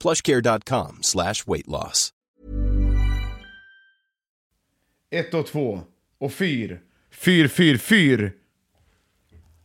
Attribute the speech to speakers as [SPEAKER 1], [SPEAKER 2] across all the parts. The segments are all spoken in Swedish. [SPEAKER 1] Plushcare.com slash weight loss.
[SPEAKER 2] Ett och två och fyr. Fyr, fyr, fyr.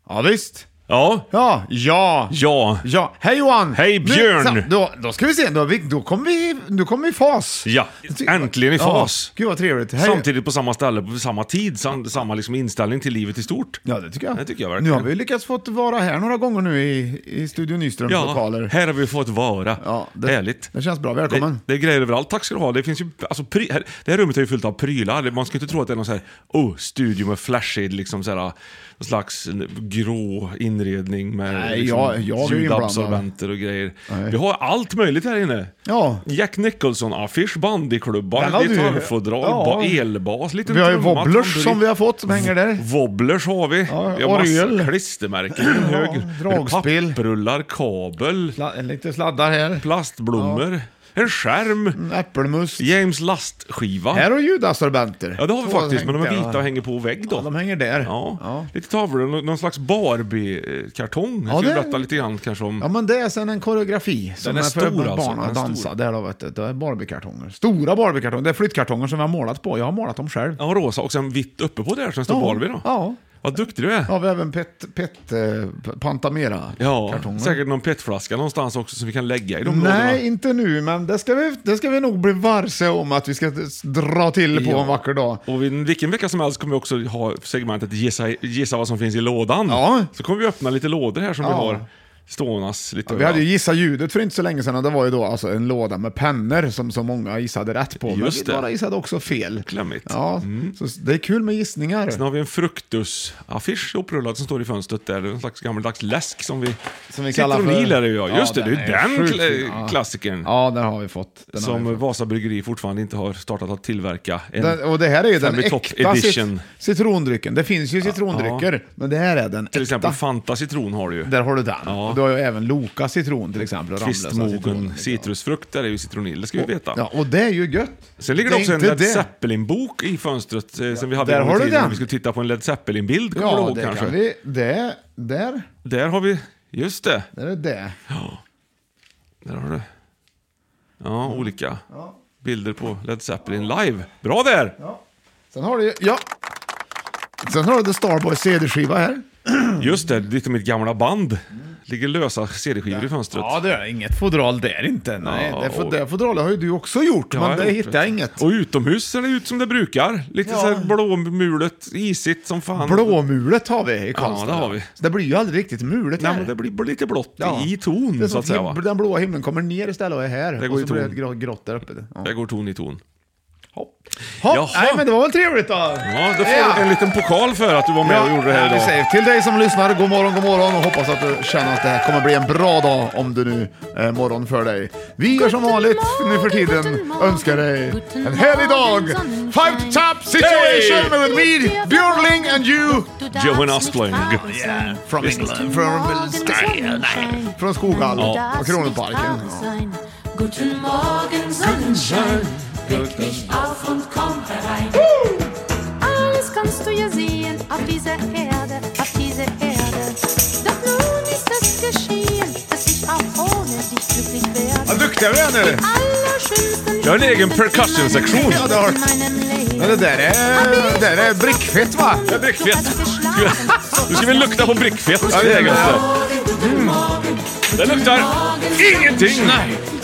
[SPEAKER 2] Ja, visst.
[SPEAKER 3] Ja.
[SPEAKER 2] Ja, ja.
[SPEAKER 3] Ja.
[SPEAKER 2] Ja, hej Johan!
[SPEAKER 3] Hej, Björn!
[SPEAKER 2] Nu, sa- då, då ska vi se, då, vi- då kommer vi, nu kommer vi i fas.
[SPEAKER 3] Ja, äntligen i fas.
[SPEAKER 2] Ja, gud vad trevligt. Hej.
[SPEAKER 3] Samtidigt på samma ställe, på samma tid, sam, samma liksom inställning till livet i stort.
[SPEAKER 2] Ja, det tycker jag.
[SPEAKER 3] Det tycker jag
[SPEAKER 2] nu
[SPEAKER 3] verkligen.
[SPEAKER 2] har vi lyckats få vara här några gånger nu i, i Studio Nyströms lokaler.
[SPEAKER 3] här har vi fått vara.
[SPEAKER 2] Ja, det-
[SPEAKER 3] Härligt.
[SPEAKER 2] det känns bra. Välkommen.
[SPEAKER 3] Det, det är grejer överallt. Tack ska du ha. Det, finns ju, alltså, pry, här, det här rummet är ju fullt av prylar. Man ska inte tro att det är någon så här, oh, studio med flashig, liksom så här, någon slags grå inredning med
[SPEAKER 2] Nej,
[SPEAKER 3] liksom,
[SPEAKER 2] jag- jag är ju
[SPEAKER 3] ljudabsorbenter och grejer.
[SPEAKER 2] Nej.
[SPEAKER 3] Vi har allt möjligt här inne.
[SPEAKER 2] Ja.
[SPEAKER 3] Jack Nicholson-affisch,
[SPEAKER 2] Den har
[SPEAKER 3] bandyklubbar,
[SPEAKER 2] du ju.
[SPEAKER 3] gitarrfodral,
[SPEAKER 2] Ja.
[SPEAKER 3] ba, elbas, lite
[SPEAKER 2] Vi har ju
[SPEAKER 3] trumma,
[SPEAKER 2] wobblers som
[SPEAKER 3] tamburin.
[SPEAKER 2] vi har fått som hänger där.
[SPEAKER 3] Wobblers har vi.
[SPEAKER 2] Ja,
[SPEAKER 3] vi har
[SPEAKER 2] orgel.
[SPEAKER 3] massa klistermärken i en hög.
[SPEAKER 2] dragspel.
[SPEAKER 3] Papprullar, kabel,
[SPEAKER 2] Sla- Lite sladdar här.
[SPEAKER 3] plastblommor, en skärm,
[SPEAKER 2] Äppelmust.
[SPEAKER 3] James Last-skiva.
[SPEAKER 2] Här har ljudassorbenter.
[SPEAKER 3] Ja, det har vi
[SPEAKER 2] Två
[SPEAKER 3] faktiskt, men de är
[SPEAKER 2] hängda.
[SPEAKER 3] vita och hänger på vägg då.
[SPEAKER 2] Ja, de hänger där.
[SPEAKER 3] Ja.
[SPEAKER 2] Ja.
[SPEAKER 3] Lite tavlor, nå- någon slags Barbie-kartong. Jag
[SPEAKER 2] Ja,
[SPEAKER 3] ska
[SPEAKER 2] det-
[SPEAKER 3] berätta lite grann kanske om...
[SPEAKER 2] Ja, men det är sen en koreografi som
[SPEAKER 3] är
[SPEAKER 2] är,
[SPEAKER 3] stor
[SPEAKER 2] för
[SPEAKER 3] alltså,
[SPEAKER 2] barn
[SPEAKER 3] den är
[SPEAKER 2] att dansa.
[SPEAKER 3] stor.
[SPEAKER 2] Där då, vet du. Det är Barbiekartonger. Stora Barbiekartonger. Det är flyttkartonger som vi har målat på. Jag har målat dem själv.
[SPEAKER 3] Ja, rosa och sen vitt uppe på där som står
[SPEAKER 2] Ja.
[SPEAKER 3] Barbie då.
[SPEAKER 2] Ja.
[SPEAKER 3] Vad duktig du är.
[SPEAKER 2] Ja, vi har även pet, pet, eh, Pantamera
[SPEAKER 3] Ja,
[SPEAKER 2] kartonger.
[SPEAKER 3] säkert någon petflaska någonstans också som vi kan lägga i de
[SPEAKER 2] Nej,
[SPEAKER 3] lådorna.
[SPEAKER 2] inte nu, men det ska, vi, det ska vi nog bli varse om att vi ska dra till på
[SPEAKER 3] Ja.
[SPEAKER 2] en vacker dag.
[SPEAKER 3] Och vid- vilken vecka som helst kommer vi också ha segmentet gissa, gissa vad som finns i lådan.
[SPEAKER 2] Ja.
[SPEAKER 3] Så kommer vi öppna lite lådor här som vi
[SPEAKER 2] Ja.
[SPEAKER 3] har stånas lite
[SPEAKER 2] Vi hade ju
[SPEAKER 3] överallt.
[SPEAKER 2] gissa ljudet för inte så länge sedan och det var ju då alltså en låda med pennor som så många gissade rätt på.
[SPEAKER 3] Just
[SPEAKER 2] men
[SPEAKER 3] det. Mm.
[SPEAKER 2] några gissade också fel.
[SPEAKER 3] Klämmigt.
[SPEAKER 2] Ja, så det är kul med gissningar.
[SPEAKER 3] Sen har vi en fruktusaffisch upprullad som står i fönstret där. Det är En slags gammaldags läsk som vi...
[SPEAKER 2] Som vi kallar för-
[SPEAKER 3] Citronil är det ju, ja.
[SPEAKER 2] Ja,
[SPEAKER 3] Just det, det är
[SPEAKER 2] den är
[SPEAKER 3] ju den
[SPEAKER 2] sjukt
[SPEAKER 3] kla-
[SPEAKER 2] fin, ja.
[SPEAKER 3] klassikern.
[SPEAKER 2] Ja, den har vi fått. Den har vi
[SPEAKER 3] Mm. Som
[SPEAKER 2] fått.
[SPEAKER 3] Vasa Bryggeri fortfarande inte har startat att tillverka. En
[SPEAKER 2] Den, och det här är ju den
[SPEAKER 3] Family Top
[SPEAKER 2] äkta
[SPEAKER 3] Edition.
[SPEAKER 2] cit- citrondrycken. Det finns ju citrondrycker, men det här är den
[SPEAKER 3] till
[SPEAKER 2] äkta.
[SPEAKER 3] exempel Fanta Citron har du ju.
[SPEAKER 2] Där har du den.
[SPEAKER 3] Ja.
[SPEAKER 2] Och du har ju även Loka citron till exempel. och Ramlösa citroner.
[SPEAKER 3] Kvistmogen citrusfrukt, där är ju citronil, det ska vi veta.
[SPEAKER 2] Ja, och det är ju gött.
[SPEAKER 3] Sen ligger det,
[SPEAKER 2] är
[SPEAKER 3] också en
[SPEAKER 2] inte
[SPEAKER 3] Led Zeppelin-bok i fönstret eh, som vi hade
[SPEAKER 2] där
[SPEAKER 3] en gång
[SPEAKER 2] har
[SPEAKER 3] i
[SPEAKER 2] du
[SPEAKER 3] tiden.
[SPEAKER 2] den.
[SPEAKER 3] Vi skulle titta på en Led Zeppelin-bild, kommer du
[SPEAKER 2] Ja,
[SPEAKER 3] ihåg
[SPEAKER 2] det
[SPEAKER 3] kanske?
[SPEAKER 2] kan vi. Det, där,
[SPEAKER 3] Där har vi... Just det,
[SPEAKER 2] där är det.
[SPEAKER 3] där har du. Ja, olika bilder på Led Zeppelin live. Bra där!
[SPEAKER 2] Sen har du ju, ja. Sen har du The Starboys CD-skiva här.
[SPEAKER 3] Just det, lite mitt gamla band. Ligger lösa CD-skivor i fönstret.
[SPEAKER 2] det är inget fodral där inte. Nej,
[SPEAKER 3] Ja,
[SPEAKER 2] det, fo-
[SPEAKER 3] och-
[SPEAKER 2] det fodralet har ju du också gjort,
[SPEAKER 3] Ja,
[SPEAKER 2] men
[SPEAKER 3] jag
[SPEAKER 2] det
[SPEAKER 3] har gjort
[SPEAKER 2] hittar jag
[SPEAKER 3] det.
[SPEAKER 2] inget.
[SPEAKER 3] Och utomhus ser det ut som det brukar. Lite
[SPEAKER 2] Ja.
[SPEAKER 3] så här blåmulet, isigt som fan.
[SPEAKER 2] Blåmulet har vi i Karlstad.
[SPEAKER 3] det har vi.
[SPEAKER 2] Så det blir ju aldrig riktigt mulet
[SPEAKER 3] Nej,
[SPEAKER 2] här.
[SPEAKER 3] men det blir lite blått
[SPEAKER 2] Ja.
[SPEAKER 3] i ton,
[SPEAKER 2] Det är
[SPEAKER 3] så
[SPEAKER 2] som
[SPEAKER 3] att säga. Va?
[SPEAKER 2] him- Den blåa himlen kommer ner istället och är här.
[SPEAKER 3] går
[SPEAKER 2] och
[SPEAKER 3] i
[SPEAKER 2] så blir det
[SPEAKER 3] ton.
[SPEAKER 2] grå- grått där uppe. Ja.
[SPEAKER 3] Där går ton i ton.
[SPEAKER 2] Hopp. Hopp.
[SPEAKER 3] Jaha.
[SPEAKER 2] Nej, men det var väl trevligt då.
[SPEAKER 3] Ja, då får du en liten pokal för att du var med och gjorde det här
[SPEAKER 2] ja, vi
[SPEAKER 3] idag.
[SPEAKER 2] säger till dig som lyssnar, god morgon, god morgon och hoppas att du känner att det här kommer bli en bra dag om det nu är morgon för dig. Vi gör som vanligt nu för tiden, önskar dig en härlig dag! Five to top situation with me, Björling and you!
[SPEAKER 3] Johan Aspling.
[SPEAKER 4] Yeah,
[SPEAKER 2] From England, from,
[SPEAKER 4] Sky,
[SPEAKER 2] från Skoghall
[SPEAKER 4] ja.
[SPEAKER 2] och Kronoparken. Ja.
[SPEAKER 4] Guten Morgen, Sonnenschein. Weck mich auf und komm herein.
[SPEAKER 5] Alles kannst du ja sehen auf dieser Erde, auf dieser Erde. Doch nun ist es geschehen, dass ich auch ohne dich glücklich werde.
[SPEAKER 2] Vad duktiga vi är nu!
[SPEAKER 5] Allerschönsten
[SPEAKER 3] Jag har en egen
[SPEAKER 5] Stunden in
[SPEAKER 3] percussion-sektion.
[SPEAKER 5] meinem-
[SPEAKER 2] Ja, det har du.
[SPEAKER 5] in meinem Leben.
[SPEAKER 2] Men det där är, det där är brickfett va?
[SPEAKER 3] Det är brickfett.
[SPEAKER 5] Du hast geschlafen,
[SPEAKER 3] Nu ska vi lukta på brickfett.
[SPEAKER 2] Ja, det är gott.
[SPEAKER 3] Mm. Det luktar ingenting.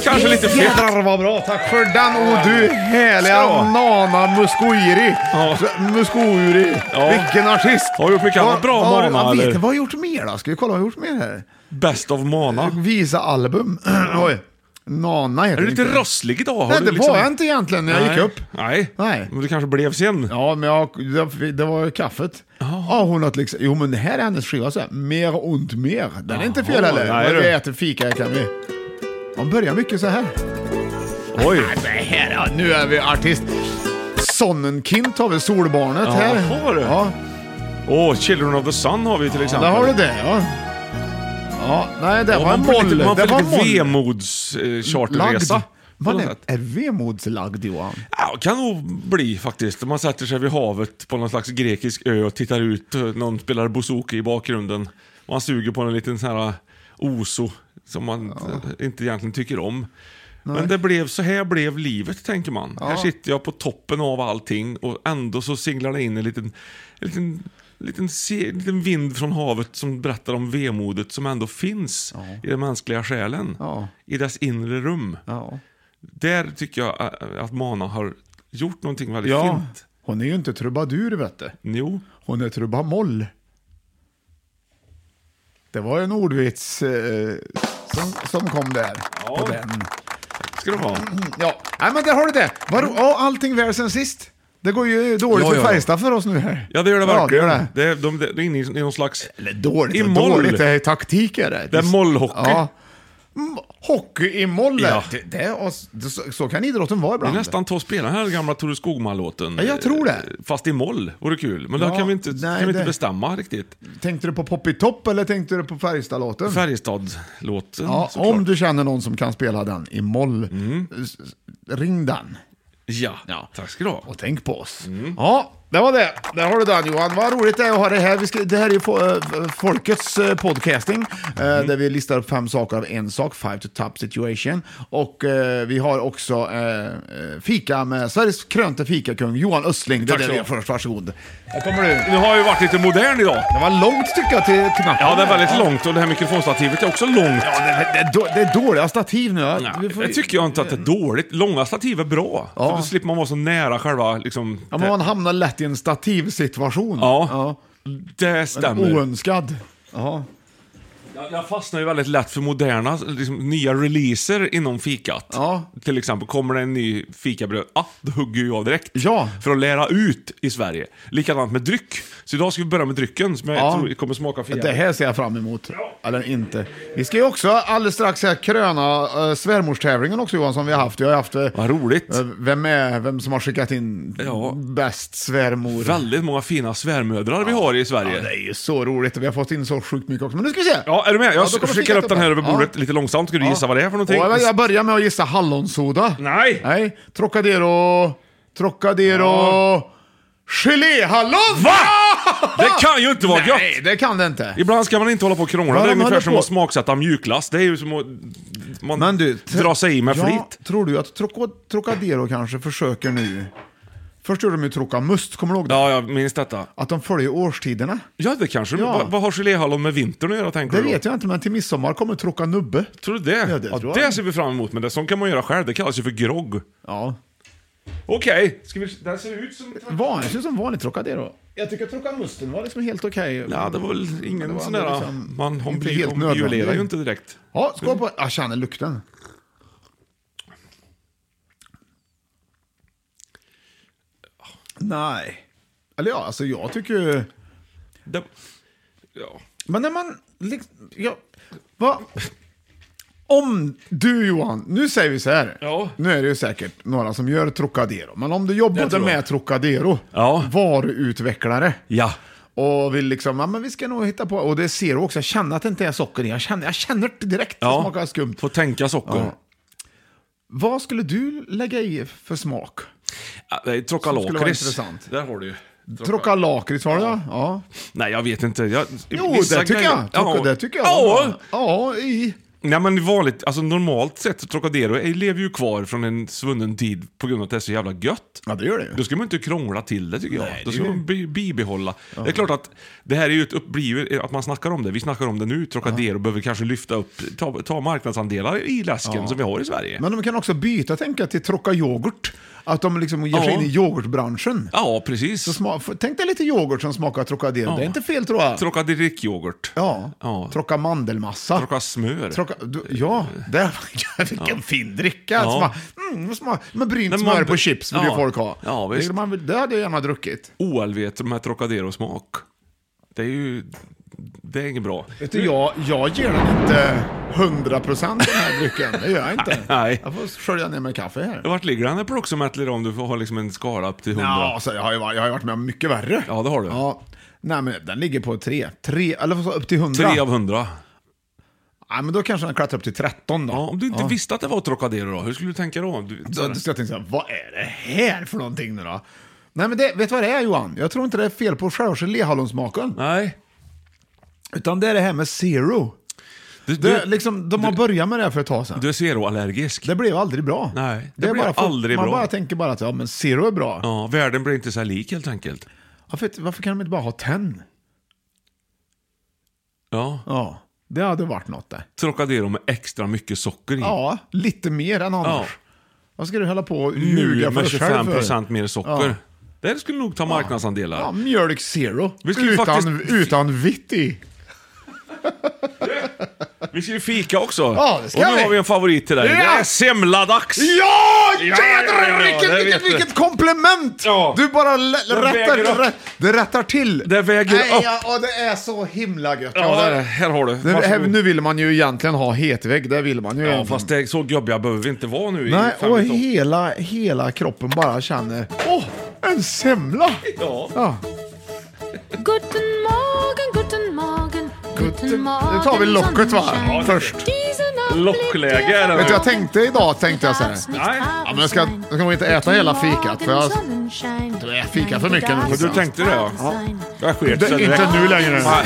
[SPEAKER 3] Kanske lite fett.
[SPEAKER 2] Jädrar vad bra! Tack för den och du härliga
[SPEAKER 3] Ska.
[SPEAKER 2] Nana Muskoiri.
[SPEAKER 3] Ja.
[SPEAKER 2] Muskouri.
[SPEAKER 3] Ja.
[SPEAKER 2] Vilken artist!
[SPEAKER 3] Har du gjort mycket annat bra,
[SPEAKER 2] vad,
[SPEAKER 3] Nana,
[SPEAKER 2] Vad, vet
[SPEAKER 3] eller?
[SPEAKER 2] ni vad har jag gjort mer då? Ska vi kolla vad jag har gjort mer här?
[SPEAKER 3] Best of Mana.
[SPEAKER 2] Visa album. Oj. Nana heter
[SPEAKER 3] Är du lite
[SPEAKER 2] inte.
[SPEAKER 3] rosslig idag? Har
[SPEAKER 2] Nej,
[SPEAKER 3] du
[SPEAKER 2] det
[SPEAKER 3] liksom-
[SPEAKER 2] var jag inte egentligen när jag gick
[SPEAKER 3] Nej.
[SPEAKER 2] upp.
[SPEAKER 3] Nej.
[SPEAKER 2] Nej.
[SPEAKER 3] Men du kanske blev sen.
[SPEAKER 2] Ja, men jag, det, det var ju kaffet. Ja, hon har ett liksom, jo men det här är hennes skiva så här. Mer ont mer. Den är inte fel
[SPEAKER 3] Jaha,
[SPEAKER 2] heller.
[SPEAKER 3] nej,
[SPEAKER 2] När
[SPEAKER 3] du.
[SPEAKER 2] vi äter fika här kan vi. De börjar mycket så här.
[SPEAKER 3] Oj.
[SPEAKER 2] Det här, ja, nu är vi artist. Sonnenkind har vi Solbarnet här.
[SPEAKER 3] Jaha, du.
[SPEAKER 2] Ja,
[SPEAKER 3] Åh, Children of the Sun har vi till exempel.
[SPEAKER 2] där har du det. Ja, ja nej det
[SPEAKER 3] Ja,
[SPEAKER 2] var en
[SPEAKER 3] man får
[SPEAKER 2] moll.
[SPEAKER 3] lite, man
[SPEAKER 2] det
[SPEAKER 3] får
[SPEAKER 2] var
[SPEAKER 3] lite eh,
[SPEAKER 2] moll.
[SPEAKER 3] vemodscharterresa.
[SPEAKER 2] Man är, är vemodslagd Johan.
[SPEAKER 3] Ja, kan nog bli faktiskt. Man sätter sig vid havet på någon slags grekisk ö och tittar ut. Någon spelar bouzouki i bakgrunden. Man suger på en liten sån här äh, oso som man eh, inte egentligen tycker om. Men det blev, så här blev livet tänker man. Här sitter jag på toppen av allting och ändå så singlar det in en liten, en liten, liten, se- en liten vind från havet som berättar om vemodet som ändå finns i den mänskliga själen.
[SPEAKER 2] Ja.
[SPEAKER 3] I dess inre rum.
[SPEAKER 2] Ja.
[SPEAKER 3] Där tycker jag eh, att Mana har gjort någonting väldigt
[SPEAKER 2] ja.
[SPEAKER 3] fint.
[SPEAKER 2] Hon är ju inte trubadur vet du.
[SPEAKER 3] Jo.
[SPEAKER 2] Hon är trubamoll. Det var en ordvits eh, som, som kom där. På den.
[SPEAKER 3] Ska det vara.
[SPEAKER 2] Ja, Nej, men där har du det. Var, oh, allting väl sen sist. Det går ju dåligt
[SPEAKER 3] Ja,
[SPEAKER 2] för
[SPEAKER 3] ja, ja.
[SPEAKER 2] Färjestad för oss nu här.
[SPEAKER 3] Ja, det gör det
[SPEAKER 2] Ja,
[SPEAKER 3] verkligen.
[SPEAKER 2] det gör det.
[SPEAKER 3] det. är- de, de, de är inne i i någon slags...
[SPEAKER 2] Eller dåligt
[SPEAKER 3] I
[SPEAKER 2] och
[SPEAKER 3] moll.
[SPEAKER 2] dåligt, det är taktik är det.
[SPEAKER 3] Det är mollhockey.
[SPEAKER 2] Ja. Mm, Hockey i moll.
[SPEAKER 3] Ja.
[SPEAKER 2] Det, det, är oss- det, så, så kan idrotten vara
[SPEAKER 3] Det är
[SPEAKER 2] ibland.
[SPEAKER 3] nästan ta och spela den här gamla Tore Skogman-låten. eh,
[SPEAKER 2] Ja, jag tror det.
[SPEAKER 3] Fast i moll vore kul. Men
[SPEAKER 2] Ja,
[SPEAKER 3] då kan vi inte,
[SPEAKER 2] nej,
[SPEAKER 3] kan vi inte
[SPEAKER 2] det- Mm.
[SPEAKER 3] bestämma riktigt.
[SPEAKER 2] Tänkte du på Poppy Topp eller tänkte du på Färjestad-låten?
[SPEAKER 3] Färjestad-låten
[SPEAKER 2] Ja,
[SPEAKER 3] Mm, såklart. Mm.
[SPEAKER 2] om du känner någon som kan spela den i moll, s- s- ring den.
[SPEAKER 3] Ja. tack ska du ha.
[SPEAKER 2] Och tänk på oss.
[SPEAKER 3] Mm.
[SPEAKER 2] Ja, det var det. Där har du den Johan. Vad roligt det är att ha det här. Vi ska, det här är ju fo- eh, f- folkets eh, podcasting. eh,
[SPEAKER 3] Mm.
[SPEAKER 2] Där vi listar upp fem saker av en sak. Five to top situation. Och eh, vi har också eh, eh, fika med Sveriges krönte fikakung Johan Östling. Det är
[SPEAKER 3] Tack
[SPEAKER 2] det
[SPEAKER 3] så
[SPEAKER 2] vi gör
[SPEAKER 3] mycket.
[SPEAKER 2] först. Varsågod. Här kommer du.
[SPEAKER 3] Nu har jag ju varit lite modern idag.
[SPEAKER 2] Det var långt tycker jag till knappen.
[SPEAKER 3] Ja, det är väldigt långt och det här mikrofonstativet är också långt.
[SPEAKER 2] Ja, det, det, det, det är dåliga stativ nu. Ja.
[SPEAKER 3] Ja,
[SPEAKER 2] Vi får-
[SPEAKER 3] det tycker jag inte att det är dåligt. Långa stativ är bra.
[SPEAKER 2] Ja.
[SPEAKER 3] För då slipper man vara så nära själva liksom...
[SPEAKER 2] Ja, men man hamnar lätt i en stativsituation.
[SPEAKER 3] Ja. det stämmer.
[SPEAKER 2] Oönskad. Ja.
[SPEAKER 3] Jag- Jag fastnar ju väldigt lätt för moderna, liksom, nya releaser inom fikat.
[SPEAKER 2] Ja.
[SPEAKER 3] Till exempel, kommer det en ny fikabröd, ah, då hugger ju jag direkt.
[SPEAKER 2] Ja.
[SPEAKER 3] För att lära ut i Sverige. Likadant med dryck. Så idag ska vi börja med drycken, som jag
[SPEAKER 2] Ja.
[SPEAKER 3] tror kommer smaka för
[SPEAKER 2] Det
[SPEAKER 3] jävligt.
[SPEAKER 2] här ser jag fram emot. Eller inte. Vi ska ju också alldeles strax här kröna uh, svärmorstävlingen också Johan, som vi har haft. Jag har haft... eh,
[SPEAKER 3] Vad roligt.
[SPEAKER 2] eh, vem är vem som har skickat in
[SPEAKER 3] Ja.
[SPEAKER 2] bäst svärmor?
[SPEAKER 3] Väldigt många fina svärmödrar vi har i
[SPEAKER 2] Ja,
[SPEAKER 3] Sverige.
[SPEAKER 2] det är ju så roligt och vi har fått in så sjukt mycket också. Men nu ska vi se!
[SPEAKER 3] Ja, är du med?
[SPEAKER 2] Ja,
[SPEAKER 3] Jag
[SPEAKER 2] då kommer
[SPEAKER 3] skickar
[SPEAKER 2] fingret
[SPEAKER 3] upp den här över
[SPEAKER 2] Ja.
[SPEAKER 3] bordet lite långsamt. Ska du gissa vad det är för någonting?
[SPEAKER 2] Och jag- jag börjar med att gissa hallonsoda.
[SPEAKER 3] Nej.
[SPEAKER 2] Nej. Trocadero... Trocadero... Geléhallon!
[SPEAKER 3] Va? Det kan ju inte vara gött!
[SPEAKER 2] Nej, det kan det inte.
[SPEAKER 3] Ibland ska man inte hålla på och krångla.
[SPEAKER 2] Ja,
[SPEAKER 3] det är
[SPEAKER 2] de
[SPEAKER 3] ungefär
[SPEAKER 2] håller
[SPEAKER 3] som
[SPEAKER 2] på.
[SPEAKER 3] att smaksätta mjukglass. Det är ju som att man
[SPEAKER 2] Men du, tr-
[SPEAKER 3] drar sig i med
[SPEAKER 2] Ja,
[SPEAKER 3] flit.
[SPEAKER 2] tror du att Troco- Trocadero kanske försöker nu? Först gjorde de ju Trocamust, kommer du ihåg det?
[SPEAKER 3] Ja, jag minns detta.
[SPEAKER 2] Att de följer årstiderna.
[SPEAKER 3] Ja, det kanske.
[SPEAKER 2] Ja.
[SPEAKER 3] Vad, vad har geléhallon med vintern att göra, tänker
[SPEAKER 2] Det
[SPEAKER 3] du? då?
[SPEAKER 2] vet jag inte, men till midsommar kommer Trocanubbe.
[SPEAKER 3] Tror du det?
[SPEAKER 2] Ja, det tror jag.
[SPEAKER 3] det ser vi fram emot, men det som kan man göra själv. Det kallas ju för grogg.
[SPEAKER 2] Ja.
[SPEAKER 3] Okej, ska vi... Det här ser ut som...
[SPEAKER 2] Vanligt, det ser som vanligt Trocadero. Jag tycker Trocamusten var liksom helt okej.
[SPEAKER 3] Ja, det var väl ingen
[SPEAKER 2] Det var
[SPEAKER 3] sån där...
[SPEAKER 2] liksom
[SPEAKER 3] man hon
[SPEAKER 2] inte
[SPEAKER 3] blir,
[SPEAKER 2] helt
[SPEAKER 3] hon
[SPEAKER 2] nödvändig.
[SPEAKER 3] violerar ju inte direkt.
[SPEAKER 2] Ja, skål på... Jag känner lukten. Nej. Eller ja, alltså jag tycker ju...
[SPEAKER 3] Det, ja.
[SPEAKER 2] Men när man... Liksom, ja, va? Om du Johan, nu säger vi så här.
[SPEAKER 3] Ja.
[SPEAKER 2] Nu är det ju säkert några som gör Trocadero, men om du jobbade
[SPEAKER 3] tror jag.
[SPEAKER 2] med Trocadero,
[SPEAKER 3] Ja.
[SPEAKER 2] varuutvecklare,
[SPEAKER 3] ja.
[SPEAKER 2] och vill liksom, ja men vi ska nog hitta på, och det ser du också, jag känner att det inte är socker i, jag känner, jag känner det direkt, det
[SPEAKER 3] Ja.
[SPEAKER 2] smakar skumt.
[SPEAKER 3] Får tänka socker.
[SPEAKER 2] Ja. Vad skulle du lägga i för smak?
[SPEAKER 3] Ja, det är
[SPEAKER 2] Som skulle vara
[SPEAKER 3] Trocalakrits.
[SPEAKER 2] intressant.
[SPEAKER 3] Där har du ju. Troca-
[SPEAKER 2] Tråka lakrits var det ja. ja.
[SPEAKER 3] Nej, jag vet inte. Jag,
[SPEAKER 2] Jo,
[SPEAKER 3] vissa
[SPEAKER 2] det tycker
[SPEAKER 3] grejer-
[SPEAKER 2] jag. Tråka,
[SPEAKER 3] Ja.
[SPEAKER 2] Det tycker jag. var
[SPEAKER 3] Ja.
[SPEAKER 2] bra. ja i.
[SPEAKER 3] Nej, men vanligt, alltså normalt sett, Trocadero är- lever ju kvar från en svunnen tid på grund av att det är så jävla gött.
[SPEAKER 2] Ja, det gör det ju.
[SPEAKER 3] Då ska man inte krångla till det tycker jag.
[SPEAKER 2] Nej,
[SPEAKER 3] Då
[SPEAKER 2] det
[SPEAKER 3] ska
[SPEAKER 2] är-
[SPEAKER 3] man bi- bibehålla. Det är klart att det här är ju ett upp, blir ju att man snackar om det. Vi snackar om det nu. Trocadero behöver kanske lyfta upp, ta, ta marknadsandelar i läsken som vi har i Sverige.
[SPEAKER 2] Men de kan också byta, tänka, till tråka yoghurt. Att de liksom ger sig
[SPEAKER 3] Ja.
[SPEAKER 2] in i yoghurtbranschen.
[SPEAKER 3] Ja, precis.
[SPEAKER 2] Så sma- f- Tänk dig lite yoghurt som smakar Trocadero. Det är inte fel tror jag.
[SPEAKER 3] Trocaderic-yoghurt.
[SPEAKER 2] ja.
[SPEAKER 3] Ja.
[SPEAKER 2] Trocka mandelmassa.
[SPEAKER 3] Troca smör.
[SPEAKER 2] Trocka, du, ja, där, vilken fin dricka!
[SPEAKER 3] Ja.
[SPEAKER 2] Sma, mm, sma, men brynt
[SPEAKER 3] Men
[SPEAKER 2] smör
[SPEAKER 3] man-
[SPEAKER 2] på chips vill ju
[SPEAKER 3] ja.
[SPEAKER 2] folk ha.
[SPEAKER 3] Ja,
[SPEAKER 2] det,
[SPEAKER 3] visst.
[SPEAKER 2] skulle man, väl- det hade jag gärna druckit.
[SPEAKER 3] OLV med Trocadero-smak. Det är ju... Det är inget bra.
[SPEAKER 2] Vet du, jag, jag ger den inte 100% den här drycken. Det gör jag inte.
[SPEAKER 3] Nej.
[SPEAKER 2] Jag får skölja ner med kaffe här.
[SPEAKER 3] Vart ligger den här Proximatler om du får ha liksom en skala upp till 100?
[SPEAKER 2] Ja, så jag, har ju, varit- jag har ju varit med om mycket värre.
[SPEAKER 3] Ja, det har du.
[SPEAKER 2] Ja. Nej, men den ligger på tre. tre eller vad sa- upp till 100.
[SPEAKER 3] Tre av 100.
[SPEAKER 2] Nej, men då kanske den klättrar upp till 13 då.
[SPEAKER 3] Ja, om du inte visste att det var Trocadero då, hur skulle du tänka då? Du,
[SPEAKER 2] Så då jag tänkte så här, vad är det här för någonting nu då? Nej men det, vet du vad det är Johan? Jag tror inte det är fel på själva geléhallonsmaken.
[SPEAKER 3] Nej.
[SPEAKER 2] Utan det är det här med zero.
[SPEAKER 3] Du,
[SPEAKER 2] Det,
[SPEAKER 3] du,
[SPEAKER 2] är liksom, de har börjat med det här för ett tag sedan.
[SPEAKER 3] du är zeroallergisk.
[SPEAKER 2] det blev aldrig bra.
[SPEAKER 3] Nej, det
[SPEAKER 2] är
[SPEAKER 3] blev
[SPEAKER 2] bara för-
[SPEAKER 3] aldrig
[SPEAKER 2] man
[SPEAKER 3] bra.
[SPEAKER 2] Man bara tänker bara att ja, men zero är bra.
[SPEAKER 3] Ja, världen blir inte så här lik helt enkelt.
[SPEAKER 2] Varför, varför kan de inte bara ha ten?
[SPEAKER 3] Ja.
[SPEAKER 2] Ja, det hade varit något det.
[SPEAKER 3] Trocadero med extra mycket socker i.
[SPEAKER 2] Ja, lite mer än annars. Vad ska du hålla på och
[SPEAKER 3] Nu
[SPEAKER 2] ljuga för
[SPEAKER 3] med
[SPEAKER 2] dig själv
[SPEAKER 3] 25
[SPEAKER 2] för?
[SPEAKER 3] procent mer socker.
[SPEAKER 2] Ja.
[SPEAKER 3] Det skulle nog ta marknadsandelar.
[SPEAKER 2] Ja, mjölk zero.
[SPEAKER 3] Vi skulle ju
[SPEAKER 2] utan,
[SPEAKER 3] faktiskt-
[SPEAKER 2] utan vitt i.
[SPEAKER 3] Vi ska ju fika också.
[SPEAKER 2] Ja, det ska
[SPEAKER 3] Och nu
[SPEAKER 2] vi.
[SPEAKER 3] har vi en favorit till dig.
[SPEAKER 2] Ja!
[SPEAKER 3] Det är semladags!
[SPEAKER 2] Ja!
[SPEAKER 3] ja, ja,
[SPEAKER 2] Jädrar
[SPEAKER 3] det
[SPEAKER 2] vilket,
[SPEAKER 3] vet
[SPEAKER 2] vilket,
[SPEAKER 3] du.
[SPEAKER 2] vilket komplement!
[SPEAKER 3] Ja.
[SPEAKER 2] Du bara l-
[SPEAKER 3] väger
[SPEAKER 2] rättar,
[SPEAKER 3] upp.
[SPEAKER 2] rätt, det rättar till.
[SPEAKER 3] Det väger
[SPEAKER 2] Nej,
[SPEAKER 3] upp.
[SPEAKER 2] Ja, ja, det är så himla gött.
[SPEAKER 3] Ja,
[SPEAKER 2] Ja, det är
[SPEAKER 3] där,
[SPEAKER 2] det.
[SPEAKER 3] här har du.
[SPEAKER 2] Det, här,
[SPEAKER 3] Varsågod.
[SPEAKER 2] nu vill man ju egentligen ha hetvägg, det vill man ju.
[SPEAKER 3] Ja,
[SPEAKER 2] egentligen.
[SPEAKER 3] fast det, så jobbiga behöver vi inte vara nu
[SPEAKER 2] Nej,
[SPEAKER 3] i fem
[SPEAKER 2] och
[SPEAKER 3] i topp.
[SPEAKER 2] hela, hela kroppen bara känner Åh, en semla!
[SPEAKER 3] Ja.
[SPEAKER 2] Ja,
[SPEAKER 5] Guten Morgen, guten Morgen, guten Morgen.
[SPEAKER 2] nu tar vi locket va?
[SPEAKER 5] Sonnenschein.
[SPEAKER 2] Först.
[SPEAKER 5] Diesen Anblick
[SPEAKER 3] Lockläge
[SPEAKER 5] der
[SPEAKER 3] är det
[SPEAKER 2] Vet
[SPEAKER 3] nu.
[SPEAKER 2] du, jag tänkte idag, tänkte jag så här.
[SPEAKER 3] Nej.
[SPEAKER 2] Ja, men jag ska, jag ska nog inte äta hela fikat, för jag...
[SPEAKER 5] Du
[SPEAKER 2] är fika för mycket nu.
[SPEAKER 3] Du tänkte det, ja. Jag sket
[SPEAKER 2] Det är inte nu längre.
[SPEAKER 3] Nej.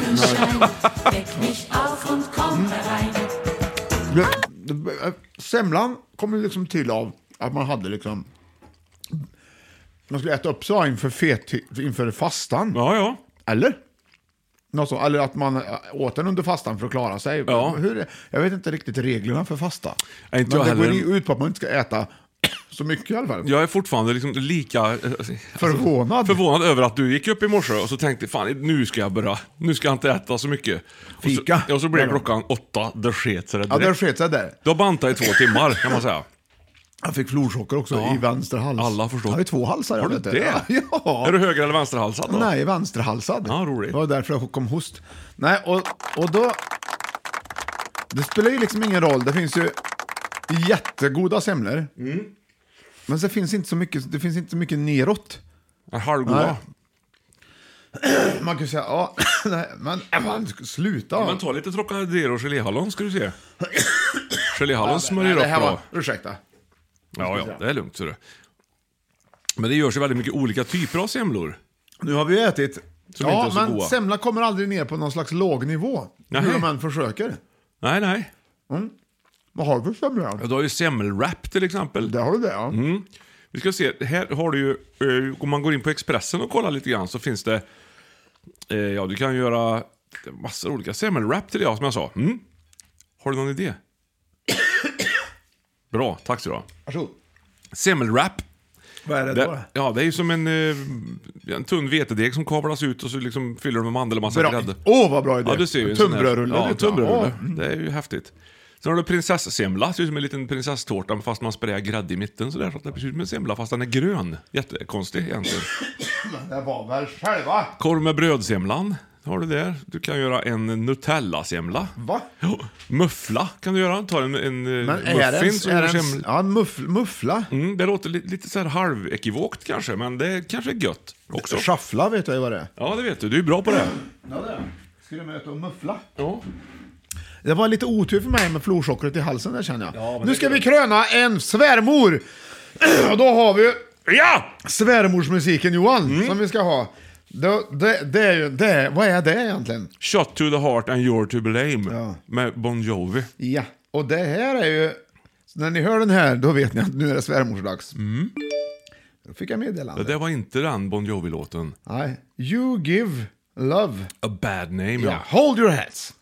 [SPEAKER 4] Weck mich auf und komm herein.
[SPEAKER 2] eh, Semlan kom ju liksom till av att man hade liksom... Man skulle äta upp sig inför, fet, inför fastan.
[SPEAKER 3] Ja, ja.
[SPEAKER 2] Eller? Något så, eller att man eh, åt den under fastan för att klara sig.
[SPEAKER 3] Ja.
[SPEAKER 2] Hur, är- jag vet inte riktigt reglerna för fasta.
[SPEAKER 3] Nej, inte
[SPEAKER 2] Men
[SPEAKER 3] jag
[SPEAKER 2] det går
[SPEAKER 3] heller.
[SPEAKER 2] ju ut på att man inte ska äta så mycket i alla fall.
[SPEAKER 3] Jag är fortfarande liksom lika eh, alltså,
[SPEAKER 2] Förvånad.
[SPEAKER 3] förvånad över att du gick upp i morse och så tänkte fan nu ska jag börja, nu ska jag inte äta så mycket.
[SPEAKER 2] Fika.
[SPEAKER 3] Och så, och så blev
[SPEAKER 2] Nej då.
[SPEAKER 3] klockan åtta, det sket sig det
[SPEAKER 2] Ja,
[SPEAKER 3] direkt.
[SPEAKER 2] där sket sig där.
[SPEAKER 3] Du har bantat i två timmar kan man säga.
[SPEAKER 2] Jag fick flodchocker också
[SPEAKER 3] Ja.
[SPEAKER 2] i vänster hals.
[SPEAKER 3] Alla förstår.
[SPEAKER 2] Jag har ju två halsar.
[SPEAKER 3] Har du
[SPEAKER 2] jag vet
[SPEAKER 3] det?
[SPEAKER 2] inte. Ja.
[SPEAKER 3] Är du höger eller vänsterhalsad då?
[SPEAKER 2] Nej, vänsterhalsad.
[SPEAKER 3] Ja, roligt.
[SPEAKER 2] Det var därför jag kom host. Nej, och, och då... Det spelar ju liksom ingen roll. Det finns ju jättegoda semlor.
[SPEAKER 3] Mm.
[SPEAKER 2] Men så finns inte så mycket, det finns inte så mycket neråt.
[SPEAKER 3] Är halvgoda.
[SPEAKER 2] Nej. Man kan ju säga, ja, nej, men äh, man, sluta.
[SPEAKER 3] Men ta lite Trocadero och geléhallon ska du se. Geléhallon
[SPEAKER 2] Nej,
[SPEAKER 3] smörjer
[SPEAKER 2] det
[SPEAKER 3] upp
[SPEAKER 2] här
[SPEAKER 3] bra.
[SPEAKER 2] var, ursäkta.
[SPEAKER 3] Ja, ja, det är lugnt. Så det. Men det görs ju väldigt mycket olika typer av semlor.
[SPEAKER 2] Nu har vi ju ätit.
[SPEAKER 3] Som
[SPEAKER 2] ja,
[SPEAKER 3] inte är så
[SPEAKER 2] men
[SPEAKER 3] goda.
[SPEAKER 2] semla kommer aldrig ner på någon slags låg nivå. Hur
[SPEAKER 3] Nej.
[SPEAKER 2] de än försöker.
[SPEAKER 3] Nej, nej.
[SPEAKER 2] Mm. Vad har du för semla?
[SPEAKER 3] Ja, Du har ju semmelwrap till exempel.
[SPEAKER 2] Där har du det, ja.
[SPEAKER 3] Mm. Vi ska se, här har du ju, eh, om man går in på Expressen och kollar lite grann så finns det, eh, ja du kan göra massor olika semmelwrap till idag som jag sa. Mm. Har du någon idé? Bra, tack så du ha.
[SPEAKER 2] Varsågod.
[SPEAKER 3] Semmelwrap.
[SPEAKER 2] Vad är det, då?
[SPEAKER 3] Det, ja, det är ju som en, eh, en tunn vetedeg som kavlas ut och så liksom fyller du med mandelmassa och
[SPEAKER 2] Bra.
[SPEAKER 3] grädde.
[SPEAKER 2] Åh, vad bra idé.
[SPEAKER 3] Ja, du ser ju. en sån här-
[SPEAKER 2] Tunnbrödsrulle.
[SPEAKER 3] Ja,
[SPEAKER 2] det är bra.
[SPEAKER 3] tunnbrödsrulle.
[SPEAKER 2] liksom. Ja.
[SPEAKER 3] Det är ju häftigt. Sen har du prinsessemla, ser ut som en liten prinsesstårta men fast man sprayar grädde i mitten sådär. Så att det ser ut som en semla fast den är grön. Jättekonstig egentligen.
[SPEAKER 2] Det var väl själva?
[SPEAKER 3] Korv med brödsemlan har du där. Du kan göra en Nutella-semla.
[SPEAKER 2] Va?
[SPEAKER 3] Jo, Muffla kan du göra. Ta en, en eh,
[SPEAKER 2] Men är det en...
[SPEAKER 3] muffins och
[SPEAKER 2] Är
[SPEAKER 3] gör
[SPEAKER 2] det en
[SPEAKER 3] semla.
[SPEAKER 2] ja, en muff, muffla.
[SPEAKER 3] Mm, det låter li- lite så här halvekivokt kanske, men det kanske är gött också.
[SPEAKER 2] Schaffla vet jag ju vad det är.
[SPEAKER 3] Ja, det vet du. Du är bra på det.
[SPEAKER 2] Ja, det är Ska du möta och muffla?
[SPEAKER 3] Ja.
[SPEAKER 2] Det var lite otur för mig med florsockret i halsen där känner jag. nu ska vi kröna en svärmor! Och då har vi
[SPEAKER 3] Ja!
[SPEAKER 2] svärmorsmusiken Johan
[SPEAKER 3] Mm.
[SPEAKER 2] som vi ska ha. Det, det, det är ju, det, vad är det egentligen?
[SPEAKER 3] Shot to the heart and you're to blame med Bon Jovi.
[SPEAKER 2] Ja, och det här är ju... Så när ni hör den här, då vet ni att nu är det svärmorsdags. Då fick jag
[SPEAKER 3] Det
[SPEAKER 2] meddelande.
[SPEAKER 3] där var inte den Bon Jovi-låten.
[SPEAKER 2] Nej. You give love.
[SPEAKER 3] A bad name,
[SPEAKER 2] Ja.
[SPEAKER 3] ja.
[SPEAKER 2] Hold your hats.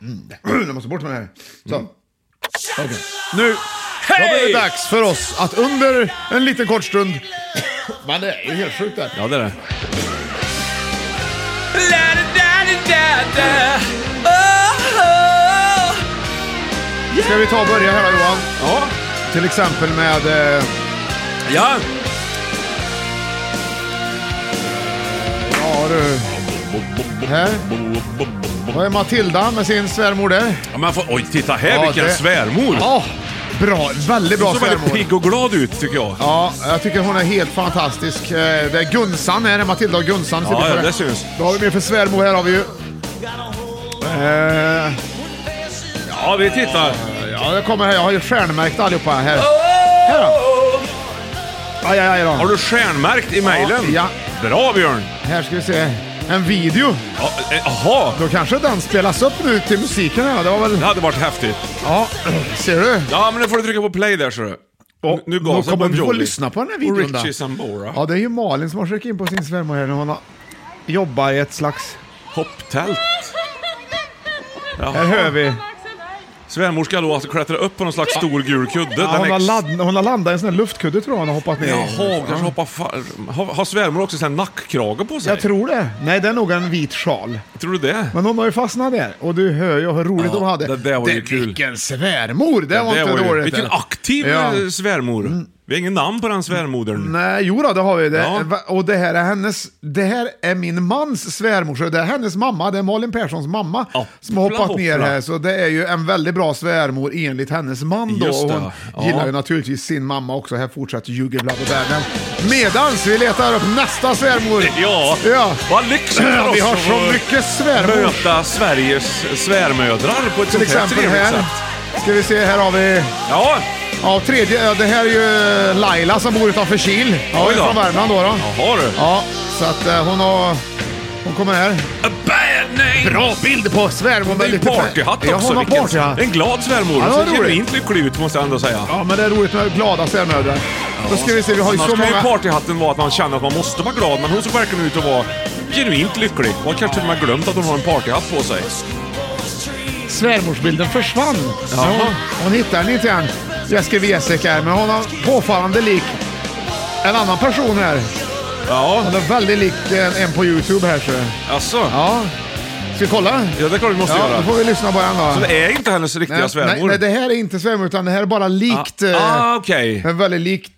[SPEAKER 2] Mm. Jag måste bort med det här. Så. Okej. Nu Mm. hey! var det dags för oss att under en liten kort stund... Men det är ju helt sjukt det här.
[SPEAKER 3] Ja, det är det.
[SPEAKER 2] Ska vi ta och börja här då Johan?
[SPEAKER 3] Ja.
[SPEAKER 2] Till exempel med... Eh,
[SPEAKER 3] ja.
[SPEAKER 2] ja du. Här. Vad är Matilda med sin svärmor där?
[SPEAKER 3] Ja, men får, oj, titta här
[SPEAKER 2] Ja,
[SPEAKER 3] vilken
[SPEAKER 2] det-
[SPEAKER 3] svärmor!
[SPEAKER 2] Ja, bra. Väldigt bra
[SPEAKER 3] Hon såg väldigt
[SPEAKER 2] svärmor.
[SPEAKER 3] pigg och glad ut tycker jag.
[SPEAKER 2] Ja, jag tycker hon är helt fantastisk. Eh, Det är Gunsan här, Matilda och Gunsan.
[SPEAKER 3] Ja,
[SPEAKER 2] sitter
[SPEAKER 3] ja,
[SPEAKER 2] för-
[SPEAKER 3] det syns.
[SPEAKER 2] Då har vi mer för svärmor här har vi ju. Eh,
[SPEAKER 3] Ja, vi tittar.
[SPEAKER 2] ja, jag kommer här. Jag har ju stjärnmärkt allihopa här. Här då. Aj, aj, aj då.
[SPEAKER 3] Har du stjärnmärkt i mejlen?
[SPEAKER 2] Ja.
[SPEAKER 3] Bra Björn!
[SPEAKER 2] Här ska vi se. En video.
[SPEAKER 3] Ja, eh, Jaha,
[SPEAKER 2] Då kanske den spelas upp nu till musiken här. Det var väl...
[SPEAKER 3] det hade varit häftigt.
[SPEAKER 2] Ja, ser du?
[SPEAKER 3] Ja, men nu får du trycka på play där ser du. Nu- nu gasar
[SPEAKER 2] kommer
[SPEAKER 3] Bon
[SPEAKER 2] vi få
[SPEAKER 3] Jovi.
[SPEAKER 2] lyssna på den här videon
[SPEAKER 3] Och Richie
[SPEAKER 2] då.
[SPEAKER 3] Sambora.
[SPEAKER 2] Ja, det är ju Malin som har skickat in på sin svärmor här när hon har jobbar i ett slags...
[SPEAKER 3] Hopptält.
[SPEAKER 2] Här
[SPEAKER 3] Jaha.
[SPEAKER 2] hör vi.
[SPEAKER 3] Svärmor ska då alltså klättra upp på någon slags stor gul kudde.
[SPEAKER 2] Ja,
[SPEAKER 3] Den
[SPEAKER 2] hon,
[SPEAKER 3] ex-
[SPEAKER 2] har ladd, hon har landat i en sån här luftkudde tror jag hon har hoppat ner i.
[SPEAKER 3] Jaha, kanske hoppa fa- har, har svärmor också en nackkrage på sig?
[SPEAKER 2] Jag tror det. Nej, det är nog en vit sjal.
[SPEAKER 3] tror du det?
[SPEAKER 2] Men hon har ju fastnat där. Och du hör ju hur roligt hon hade.
[SPEAKER 3] det där var ju
[SPEAKER 2] Den-
[SPEAKER 3] kul.
[SPEAKER 2] Vilken svärmor! Det var
[SPEAKER 3] Det
[SPEAKER 2] inte
[SPEAKER 3] var ju,
[SPEAKER 2] dåligt.
[SPEAKER 3] vilken
[SPEAKER 2] det.
[SPEAKER 3] aktiv
[SPEAKER 2] Ja. Mm.
[SPEAKER 3] eh, svärmor. Vi har ingen namn på den svärmodern.
[SPEAKER 2] Nej, jo då, det har vi. Det.
[SPEAKER 3] Ja.
[SPEAKER 2] Va- Och det här är hennes... Det här är min mans svärmorsa. Det är hennes mamma. Det är Malin Perssons mamma
[SPEAKER 3] Ja,
[SPEAKER 2] som har hoppat
[SPEAKER 3] hoppla,
[SPEAKER 2] ner
[SPEAKER 3] hoppla.
[SPEAKER 2] här. Så det är ju en väldigt bra svärmor enligt hennes man då.
[SPEAKER 3] Just
[SPEAKER 2] Och
[SPEAKER 3] det,
[SPEAKER 2] hon
[SPEAKER 3] ja.
[SPEAKER 2] gillar ju naturligtvis sin mamma också. Här fortsätter Jugelblad och världen. Medans vi letar upp nästa svärmor.
[SPEAKER 3] Ja,
[SPEAKER 2] Ja.
[SPEAKER 3] vad lyxigt för oss
[SPEAKER 2] Vi har
[SPEAKER 3] att
[SPEAKER 2] så
[SPEAKER 3] få
[SPEAKER 2] mycket svärmor.
[SPEAKER 3] möta Sveriges svärmödrar på ett
[SPEAKER 2] Till
[SPEAKER 3] sånt här
[SPEAKER 2] exempel
[SPEAKER 3] trevligt
[SPEAKER 2] här.
[SPEAKER 3] sätt.
[SPEAKER 2] Ska vi se, här har vi...
[SPEAKER 3] Ja,
[SPEAKER 2] Ja, tredje. ja, Det här är ju Laila som bor utanför Kil. Ja,
[SPEAKER 3] Oj då.
[SPEAKER 2] från Värmland då. då.
[SPEAKER 3] jaha du.
[SPEAKER 2] Ja, så att eh, hon har... Hon kommer här.
[SPEAKER 3] A bad name!
[SPEAKER 2] Bra bild på svärmor
[SPEAKER 3] Det är
[SPEAKER 2] med
[SPEAKER 3] ju
[SPEAKER 2] lite...
[SPEAKER 3] partyhatt också.
[SPEAKER 2] Ja, hon har
[SPEAKER 3] vilken-
[SPEAKER 2] partyhatt.
[SPEAKER 3] En glad svärmor.
[SPEAKER 2] Ja, det var
[SPEAKER 3] Ja, ser
[SPEAKER 2] roligt.
[SPEAKER 3] genuint lycklig ut måste jag ändå säga.
[SPEAKER 2] Ja, men det är roligt med glada svärmödrar. Då ska vi se, vi har ju
[SPEAKER 3] Annars
[SPEAKER 2] så
[SPEAKER 3] kan ju
[SPEAKER 2] många...
[SPEAKER 3] partyhatten vara att man känner att man måste vara glad, men hon såg verkligen ut att vara genuint lycklig. Hon kanske till och med glömt att hon har en partyhatt på sig.
[SPEAKER 2] Svärmorsbilden försvann. Ja. Hon, hon hittar den inte igen. Jag skrev Esek här, men hon har påfallande lik en annan person här.
[SPEAKER 3] Ja,
[SPEAKER 2] Hon är väldigt lik eh, en på Youtube här. Så.
[SPEAKER 3] alltså.
[SPEAKER 2] Ja. Ska vi kolla?
[SPEAKER 3] Ja, det är klart vi måste
[SPEAKER 2] Ja, då
[SPEAKER 3] göra.
[SPEAKER 2] får vi lyssna på den då.
[SPEAKER 3] Så det är inte hennes riktiga
[SPEAKER 2] Nej,
[SPEAKER 3] svärmor?
[SPEAKER 2] Nej, nej, det här är inte svärmor, utan det här är bara likt... eh,
[SPEAKER 3] Ah, okej.
[SPEAKER 2] Men väldigt likt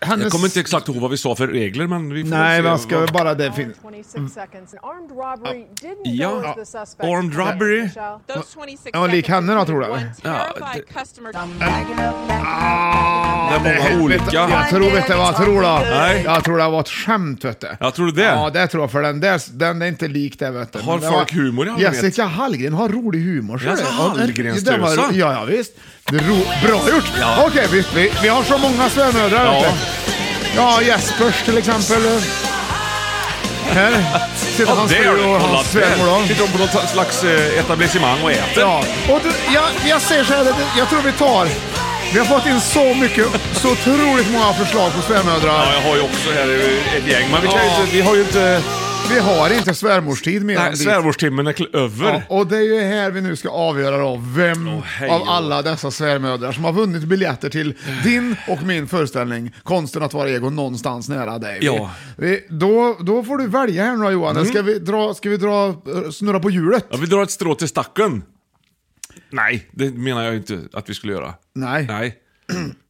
[SPEAKER 2] hennes...
[SPEAKER 3] Jag kommer inte exakt ihåg vad vi sa för regler, men vi får
[SPEAKER 2] Nej,
[SPEAKER 3] se.
[SPEAKER 2] man ska väl bara det finns.
[SPEAKER 3] Mm.
[SPEAKER 6] 26 seconds. An armed robbery didn't
[SPEAKER 3] Ja.
[SPEAKER 6] go as
[SPEAKER 3] Ja.
[SPEAKER 6] the suspect.
[SPEAKER 3] Uh, Armed robbery?
[SPEAKER 6] Michelle.
[SPEAKER 2] Ja, lik henne då tror jag.
[SPEAKER 3] Ja, det-
[SPEAKER 2] Ah,
[SPEAKER 3] Det är många
[SPEAKER 2] vet-
[SPEAKER 3] olika.
[SPEAKER 2] Jag tror vet du vad jag tror då?
[SPEAKER 3] Nej.
[SPEAKER 2] Jag tror det var ett skämt vet du.
[SPEAKER 3] Jag tror det.
[SPEAKER 2] Ja, det tror jag. För den där, den är inte lik det vet du.
[SPEAKER 3] Har
[SPEAKER 2] Men det
[SPEAKER 3] folk
[SPEAKER 2] var-
[SPEAKER 3] humor i allmänhet?
[SPEAKER 2] Jessica Hallgren har rolig humor. ser
[SPEAKER 3] Jaså,
[SPEAKER 2] du. Ja, den-
[SPEAKER 3] Hallgrenstusan?
[SPEAKER 2] den var- Ja, ja visst. Det är ro, bra gjort!
[SPEAKER 3] Ja.
[SPEAKER 2] Okej, vi, vi, vi har så många svärmödrar
[SPEAKER 3] Ja.
[SPEAKER 2] vet du. Ja, Jespers till exempel. Här sitter
[SPEAKER 3] Ja,
[SPEAKER 2] hans
[SPEAKER 3] där!
[SPEAKER 2] fru och
[SPEAKER 3] Kolla,
[SPEAKER 2] hans svärmor
[SPEAKER 3] där
[SPEAKER 2] då.
[SPEAKER 3] sitter de på något slags eh, etablissemang och äter.
[SPEAKER 2] Ja, och du, jag, jag säger så här, det- jag tror vi tar... Vi har fått in så mycket, så otroligt många förslag på
[SPEAKER 3] Ja,
[SPEAKER 2] svärmödrar.
[SPEAKER 3] jag har ju också här eh, ett gäng, men vi, kan ju
[SPEAKER 2] Ja.
[SPEAKER 3] inte, vi har ju inte...
[SPEAKER 2] Vi har inte svärmorstid mer än
[SPEAKER 3] Nej,
[SPEAKER 2] dit.
[SPEAKER 3] svärmorstimmen är kl- över.
[SPEAKER 2] Ja, och det är ju här vi nu ska avgöra då, vem
[SPEAKER 3] hej
[SPEAKER 2] av
[SPEAKER 3] då.
[SPEAKER 2] alla dessa svärmödrar som har vunnit biljetter till din och min föreställning Konsten att vara ego någonstans nära dig.
[SPEAKER 3] Ja. Mm.
[SPEAKER 2] Vi, då, då får du välja här nu då, Johan. Ska vi, dra, ska vi dra, eh, snurra på hjulet?
[SPEAKER 3] Ja, vi drar ett strå till stacken. Nej, det menar jag inte att vi skulle göra.
[SPEAKER 2] Nej.
[SPEAKER 3] Nej.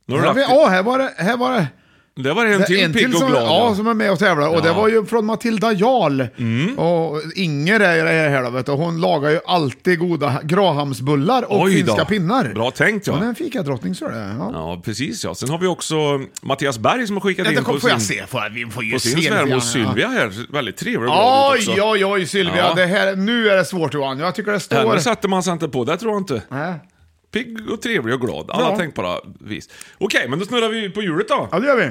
[SPEAKER 3] Nu har
[SPEAKER 2] Här,
[SPEAKER 3] du
[SPEAKER 2] vi,
[SPEAKER 3] lagt...
[SPEAKER 2] åh, här var det... Här var det
[SPEAKER 3] Det var en till pigg och
[SPEAKER 2] som,
[SPEAKER 3] glad.
[SPEAKER 2] ja,
[SPEAKER 3] ja.
[SPEAKER 2] som är med och tävlar. Och det
[SPEAKER 3] Ja. Mm.
[SPEAKER 2] var ju från Matilda Jarl. Och Inger är det här, här vet du. Hon lagar ju alltid goda grahamsbullar och
[SPEAKER 3] Oj då.
[SPEAKER 2] finska pinnar.
[SPEAKER 3] Bra tänkt, ja.
[SPEAKER 2] Hon är en fikadrottning så är det. Ja.
[SPEAKER 3] Ja, precis ja. Sen har vi också Mattias Berg som har skickat
[SPEAKER 2] Vänta,
[SPEAKER 3] in
[SPEAKER 2] kom,
[SPEAKER 3] på
[SPEAKER 2] får
[SPEAKER 3] sin,
[SPEAKER 2] jag se? Får jag, vi får ju
[SPEAKER 3] på sin
[SPEAKER 2] se
[SPEAKER 3] svärmor
[SPEAKER 2] lite grann, ja.
[SPEAKER 3] Sylvia här. Väldigt trevlig och glad ut också.
[SPEAKER 2] Oj, oj, oj Sylvia.
[SPEAKER 3] Ja.
[SPEAKER 2] Det här, nu är det svårt Johan. Jag tycker det står... Äh.
[SPEAKER 3] Henne satte man sig inte på, det tror jag inte.
[SPEAKER 2] Nej.
[SPEAKER 3] Pigg och trevlig och glad. Alla
[SPEAKER 2] Ja.
[SPEAKER 3] tänkbara vis. Okej, men då snurrar vi på hjulet då.
[SPEAKER 2] Ja, det gör vi.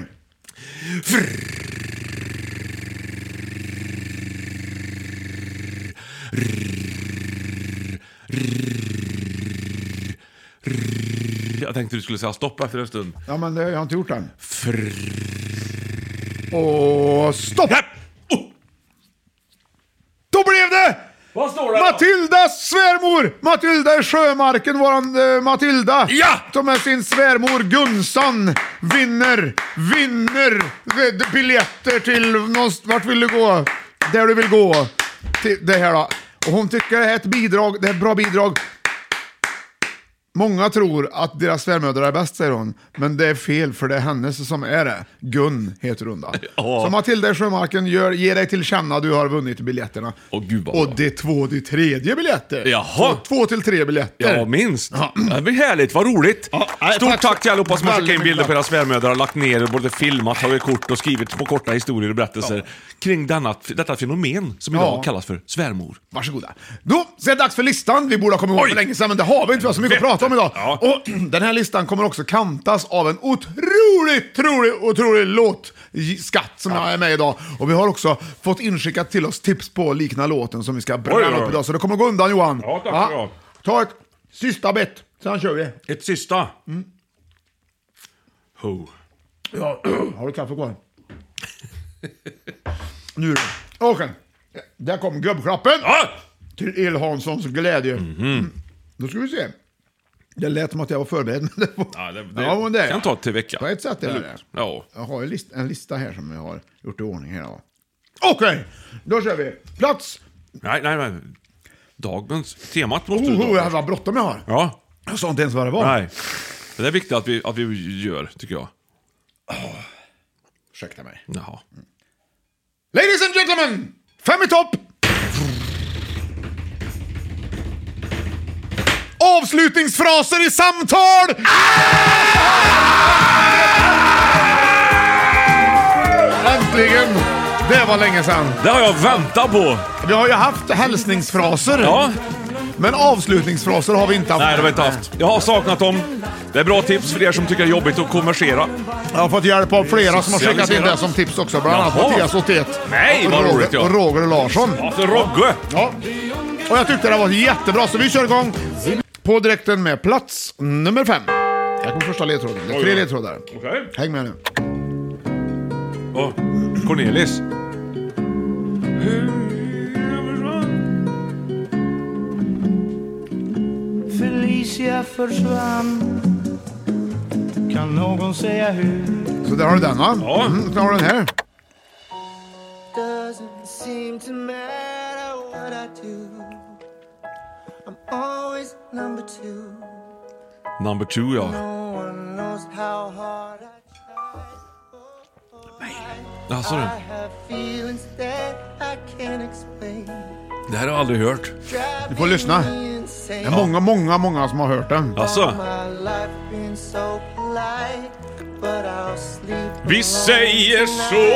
[SPEAKER 3] Jag tänkte du skulle säga stopp efter en stund.
[SPEAKER 2] Ja, men det, jag har inte gjort den.
[SPEAKER 3] Frr.
[SPEAKER 2] Och stopp!
[SPEAKER 3] Oh!
[SPEAKER 2] Då blev det!
[SPEAKER 3] Vad står det? då?
[SPEAKER 2] Matildas svärmor! Matilda i Sjömarken, våran eh, Matilda.
[SPEAKER 3] Ja!
[SPEAKER 2] Som med sin svärmor Gunsan vinner, vinner eh, biljetter till någonst- vart vill du gå? Där du vill gå. Till det här då. Och hon tycker det här är ett bidrag, det är ett bra bidrag. Många tror att deras svärmödrar är bäst, säger hon. Men det är fel, för det är hennes som är det. Gun heter hon då.
[SPEAKER 3] Ja.
[SPEAKER 2] Så Matilda i Sjömarken, gör, ge dig till känna, du har vunnit biljetterna.
[SPEAKER 3] Åh, gud vad
[SPEAKER 2] Och
[SPEAKER 3] bra.
[SPEAKER 2] det är två till tredje biljetter.
[SPEAKER 3] Jaha.
[SPEAKER 2] Två, två till tre biljetter.
[SPEAKER 3] Ja, minst.
[SPEAKER 2] Ja.
[SPEAKER 3] Det blir härligt, vad roligt.
[SPEAKER 2] Ja, nej,
[SPEAKER 3] Stort
[SPEAKER 2] tack
[SPEAKER 3] tack,
[SPEAKER 2] så-
[SPEAKER 3] till allihopa som har skickat
[SPEAKER 2] Väldigt
[SPEAKER 3] in bilder
[SPEAKER 2] mycket
[SPEAKER 3] på era svärmödrar, lagt ner och både filmat, tagit kort och skrivit små korta historier och berättelser kring denna, detta fenomen som idag
[SPEAKER 2] Ja.
[SPEAKER 3] kallas för svärmor.
[SPEAKER 2] Varsågoda. Då, så är det dags för listan. Vi borde ha kommit ihåg
[SPEAKER 3] Oj.
[SPEAKER 2] för länge sedan, men det har vi inte. Vi har så mycket att
[SPEAKER 3] Vet
[SPEAKER 2] prata om idag.
[SPEAKER 3] Ja.
[SPEAKER 2] Och den här listan kommer också kantas av en otroligt, otrolig, otrolig låtskatt som är med idag. Och vi har också fått inskickat till oss tips på likna låten som vi ska
[SPEAKER 3] Oj,
[SPEAKER 2] bränna
[SPEAKER 3] oj, oj.
[SPEAKER 2] upp idag. Så det kommer gå undan Johan.
[SPEAKER 3] Ja, tack ska du ha.
[SPEAKER 2] Ta ett sista bett, sen kör vi.
[SPEAKER 3] Ett sista. Ho.
[SPEAKER 2] Ja. Har du kaffe kvar? nu då. Okej. Där kom gubbklappen.
[SPEAKER 3] Ah!
[SPEAKER 2] Till El Hanssons glädje.
[SPEAKER 3] Mhm.
[SPEAKER 2] Mm. Då ska vi se. Det lät som att jag var förberedd, men det var...
[SPEAKER 3] Ja, det, det
[SPEAKER 2] Ja, men det är
[SPEAKER 3] kan
[SPEAKER 2] jag.
[SPEAKER 3] ta till vecka.
[SPEAKER 2] På ett sätt är det det.
[SPEAKER 3] Ja.
[SPEAKER 2] Jag har en, list, en lista här som jag har gjort i ordning här. ja. Okej, då kör vi. Plats!
[SPEAKER 3] Nej, nej, nej. Dagens... Temat måste
[SPEAKER 2] Oh,
[SPEAKER 3] du
[SPEAKER 2] oh,
[SPEAKER 3] ta.
[SPEAKER 2] vad bråttom jag har.
[SPEAKER 3] Ja.
[SPEAKER 2] Jag sa inte ens vad det var.
[SPEAKER 3] Nej. Det är viktigt att vi, att vi gör, tycker jag.
[SPEAKER 2] Ursäkta mig.
[SPEAKER 3] Jaha.
[SPEAKER 2] Ladies and gentlemen! Fem i topp! Avslutningsfraser i samtal! Äntligen! Det var länge sedan.
[SPEAKER 3] Det har jag väntat på!
[SPEAKER 2] Vi har ju haft hälsningsfraser.
[SPEAKER 3] Ja.
[SPEAKER 2] Men avslutningsfraser har vi inte haft.
[SPEAKER 3] Nej, det har vi inte haft. Jag har saknat dem. Det är bra tips för er som tycker det är jobbigt att konversera.
[SPEAKER 2] Jag har fått hjälp av flera som har skickat in det som tips också. Bland annat
[SPEAKER 3] Jaha.
[SPEAKER 2] Mattias 81.
[SPEAKER 3] Nej,
[SPEAKER 2] och
[SPEAKER 3] vad
[SPEAKER 2] Roger-
[SPEAKER 3] roligt, ja.
[SPEAKER 2] Och Roger Larsson.
[SPEAKER 3] Ja, för Rogge!
[SPEAKER 2] Ja. Och jag tyckte det var jättebra, så vi kör igång på direkten med plats nummer fem. Här kommer första ledtråden. Det är tre
[SPEAKER 3] Oj, oj.
[SPEAKER 2] ledtrådar.
[SPEAKER 3] Okej.
[SPEAKER 2] Häng med nu.
[SPEAKER 3] Och Cornelis.
[SPEAKER 7] Felicia försvann Kan någon säga hur?
[SPEAKER 2] Så där har du den va?
[SPEAKER 3] Ja.
[SPEAKER 2] Mm, sen har du den här.
[SPEAKER 7] Doesn't seem to matter what I do I'm always number two
[SPEAKER 3] Number two, ja.
[SPEAKER 7] No one knows how hard I tried oh,
[SPEAKER 3] Alltså, du.
[SPEAKER 7] I have feelings that I can't explain
[SPEAKER 3] det här har jag aldrig hört.
[SPEAKER 7] Driving
[SPEAKER 2] Du får lyssna.
[SPEAKER 7] me insane.
[SPEAKER 2] Det är många, många, många som har hört den.
[SPEAKER 3] Alltså.
[SPEAKER 7] My life been so polite But I'll sleep
[SPEAKER 3] Vi säger så!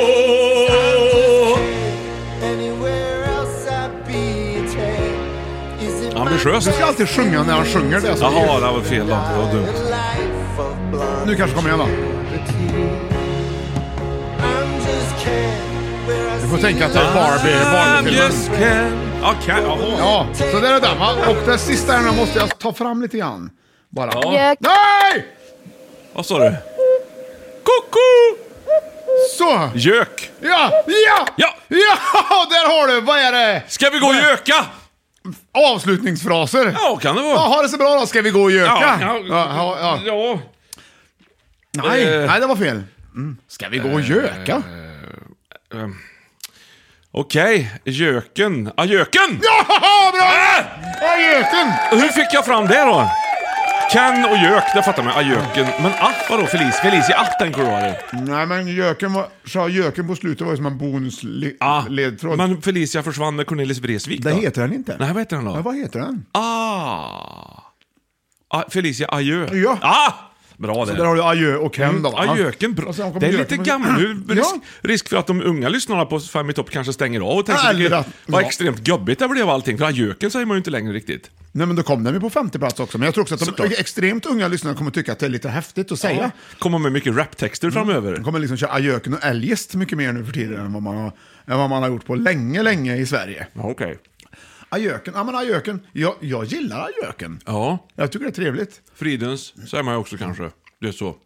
[SPEAKER 3] Ambitiöst.
[SPEAKER 7] Ambitiöst.
[SPEAKER 2] Du ska alltid sjunga när han sjunger det. Alltså.
[SPEAKER 3] Jaha, det här var fel då. Det var dumt.
[SPEAKER 2] Nu kanske kommer igen då.
[SPEAKER 7] Du
[SPEAKER 2] får tänka att det är Barbie- Barbie-filmen.
[SPEAKER 3] Ah, just can... Ja, can... Jaha.
[SPEAKER 2] Ja, så där är den va? Och den sista här nu måste jag ta fram lite grann. Bara.
[SPEAKER 3] Ja.
[SPEAKER 2] Nej!
[SPEAKER 3] Vad sa du? Koko!
[SPEAKER 2] Så!
[SPEAKER 3] Gök!
[SPEAKER 2] Ja! Ja!
[SPEAKER 3] Ja.
[SPEAKER 2] Ja! Där har du! Vad är det?
[SPEAKER 3] Ska vi gå och göka?
[SPEAKER 2] Avslutningsfraser.
[SPEAKER 3] Ja, kan det vara.
[SPEAKER 2] Ja, ha det så bra då, ska vi gå och göka? ja, ja.
[SPEAKER 3] ja.
[SPEAKER 2] Nej,
[SPEAKER 3] Eh.
[SPEAKER 2] nej det var fel. Mm. Ska vi gå och göka?
[SPEAKER 3] Okej, göken. Ja, göken!
[SPEAKER 2] Ja, bra!
[SPEAKER 3] Äh!
[SPEAKER 2] Ja, göken!
[SPEAKER 3] Hur fick jag fram det då? Kan och gök, det fattar man. Ajöken. Men aff, vadå Felicia? Felicia aff, den kommer du ha det.
[SPEAKER 2] Nej, men göken, var, sa göken på slutet var ju som en
[SPEAKER 3] Ah,
[SPEAKER 2] bonusledtråd.
[SPEAKER 3] men Felicia försvann med Cornelis Vreeswijk då?
[SPEAKER 2] det heter den inte.
[SPEAKER 3] Nej, vad heter den då?
[SPEAKER 2] Ja, vad heter den?
[SPEAKER 3] Ah! ah Felicia Ajö.
[SPEAKER 2] Ja.
[SPEAKER 3] Ah! Bra det.
[SPEAKER 2] Alltså, Där har du adjö och hem då. va?
[SPEAKER 3] Ajöken, bra.
[SPEAKER 2] Och sen kommer
[SPEAKER 3] Det är
[SPEAKER 2] göken
[SPEAKER 3] lite
[SPEAKER 2] på-
[SPEAKER 3] gammal nu. Risk,
[SPEAKER 2] Ja.
[SPEAKER 3] risk för att de unga lyssnarna på Fem i topp kanske stänger av och tänker
[SPEAKER 2] Eller
[SPEAKER 3] vilket-
[SPEAKER 2] att-
[SPEAKER 3] vad
[SPEAKER 2] ja.
[SPEAKER 3] extremt gubbigt det blev allting. För ajöken säger man ju inte längre riktigt.
[SPEAKER 2] Nej, men då kom den ju på femte plats också. Men jag tror också att de
[SPEAKER 3] Såklart.
[SPEAKER 2] extremt unga lyssnarna kommer tycka att det är lite häftigt att säga.
[SPEAKER 3] Kommer med mycket raptexter
[SPEAKER 2] De
[SPEAKER 3] framöver.
[SPEAKER 2] kommer liksom köra ajöken och eljest mycket mer nu för tiden än vad man har, än vad man har gjort på länge, länge i Sverige.
[SPEAKER 3] Ja, Okej.
[SPEAKER 2] Ajöken, ja men ajöken. Jag, jag gillar ajöken.
[SPEAKER 3] Ja,
[SPEAKER 2] Jag tycker det är trevligt.
[SPEAKER 3] Fridens säger man ju också kanske. Det är så.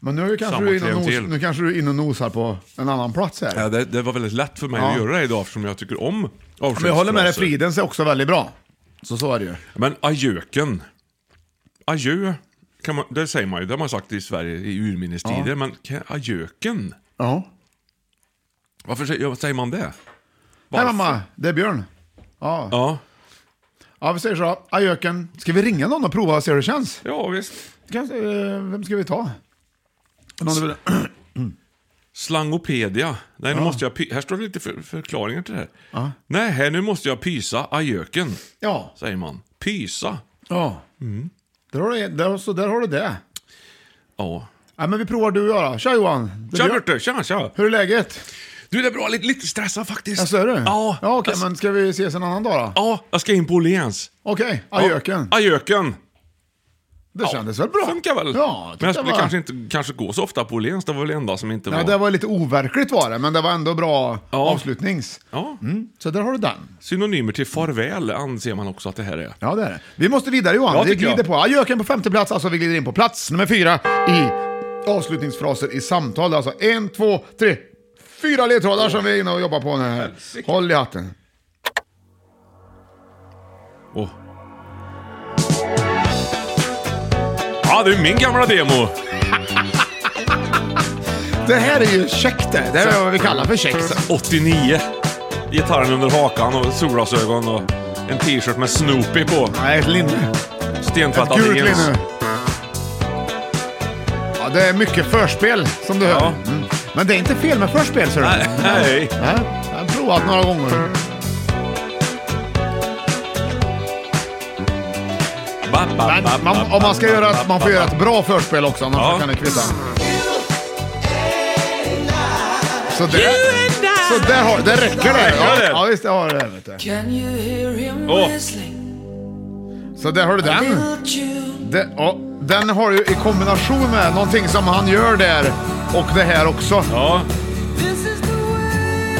[SPEAKER 2] Men nu, är ju kanske
[SPEAKER 3] Samma
[SPEAKER 2] du inne och nos,
[SPEAKER 3] klientel.
[SPEAKER 2] nu kanske du är inne och nosar på en annan plats här.
[SPEAKER 3] Ja, det, det var väldigt lätt för mig
[SPEAKER 2] Ja.
[SPEAKER 3] att göra det idag eftersom jag tycker om
[SPEAKER 2] men jag håller med dig,
[SPEAKER 3] avskedsfraser.
[SPEAKER 2] Fridens är också väldigt bra. Så så är det ju.
[SPEAKER 3] Men ajöken. Adjö. Kan man, det säger man ju, det har man sagt i Sverige i urminnes tider. Men kan- ajöken?
[SPEAKER 2] Ja.
[SPEAKER 3] Varför säger, ja, säger man det?
[SPEAKER 2] Hej
[SPEAKER 3] Varför?
[SPEAKER 2] mamma, det är Björn. Ja,
[SPEAKER 3] Ja.
[SPEAKER 2] ja vi säger så. Ajöken. Ska vi ringa någon och prova och se hur det känns?
[SPEAKER 3] ja, visst.
[SPEAKER 2] Kanske, eh, vem ska vi ta? Någon du vill...
[SPEAKER 3] Slangopedia. Nej, nu måste jag py- Här står det lite för, förklaringar till det här. Nej, här, nu måste jag pysa ajöken,
[SPEAKER 2] Ja.
[SPEAKER 3] säger man. Pysa?
[SPEAKER 2] ja.
[SPEAKER 3] Mm.
[SPEAKER 2] Där har du, där, så där har du det.
[SPEAKER 3] Ja.
[SPEAKER 2] Ja, men vi provar du och jag då. Tja Johan! Det är
[SPEAKER 3] Tja
[SPEAKER 2] Björn.
[SPEAKER 3] Björte, tja, tja.
[SPEAKER 2] Hur är läget?
[SPEAKER 3] Du, det är bra. Lite, lite stressad faktiskt.
[SPEAKER 2] Jaså, är du?
[SPEAKER 3] Ja.
[SPEAKER 2] ja Okej,
[SPEAKER 3] Jag-
[SPEAKER 2] men ska vi ses en annan dag då?
[SPEAKER 3] Ja, jag ska in på Åhléns.
[SPEAKER 2] Okej,
[SPEAKER 3] Ja.
[SPEAKER 2] ajöken.
[SPEAKER 3] Ajöken.
[SPEAKER 2] Det kändes väl bra?
[SPEAKER 3] Funkar väl?
[SPEAKER 2] Ja,
[SPEAKER 3] men jag skulle
[SPEAKER 2] var...
[SPEAKER 3] kanske inte kanske gå så ofta på Åhléns. Det var väl det enda som inte
[SPEAKER 2] Nej,
[SPEAKER 3] var...
[SPEAKER 2] det var lite overkligt var det, men det var ändå bra
[SPEAKER 3] Ja.
[SPEAKER 2] avslutnings.
[SPEAKER 3] Ja.
[SPEAKER 2] Mm, så där har du den.
[SPEAKER 3] Synonymer till farväl anser man också att det här är.
[SPEAKER 2] Ja, det är det. Vi måste vidare Johan.
[SPEAKER 3] Ja,
[SPEAKER 2] vi
[SPEAKER 3] tycker jag.
[SPEAKER 2] glider på. Ajöken på femte plats, alltså vi glider in på plats nummer fyra i avslutningsfraser i samtal. Alltså en, två, tre, fyra ledtrådar som vi är inne och jobbar på nu här. Håll i hatten.
[SPEAKER 3] Åh. Ja, det är min gamla demo.
[SPEAKER 2] Det här är ju käckt det. Det här är vad vi kallar för käckt.
[SPEAKER 3] 89. Gitarren under hakan och solglasögon och en t-shirt med Snoopy på.
[SPEAKER 2] Nej, ett linne. Ett
[SPEAKER 3] Stentvättad
[SPEAKER 2] gult
[SPEAKER 3] jeans.
[SPEAKER 2] linne. Ja, det är mycket förspel som du hör. Mm. Men det är inte fel med förspel, ser du.
[SPEAKER 3] Nej, nej.
[SPEAKER 2] Nej, jag har provat några gånger.
[SPEAKER 3] Ba, ba, ba, ba,
[SPEAKER 2] Men man, om man ska göra ett, man får göra ett bra förspel också, annars
[SPEAKER 3] Ja.
[SPEAKER 2] kan det kvitta. Så det, så där har, det räcker det.
[SPEAKER 3] Räcker
[SPEAKER 2] Ja,
[SPEAKER 3] det?
[SPEAKER 2] ja visst, det har det. Vet du.
[SPEAKER 4] Can you hear him
[SPEAKER 3] Åh.
[SPEAKER 4] whistling?
[SPEAKER 2] Så där har du den.
[SPEAKER 4] Little tune.
[SPEAKER 2] Det, ja, den har du i kombination med någonting som han gör där och det här också.
[SPEAKER 3] Ja,
[SPEAKER 4] This is the way,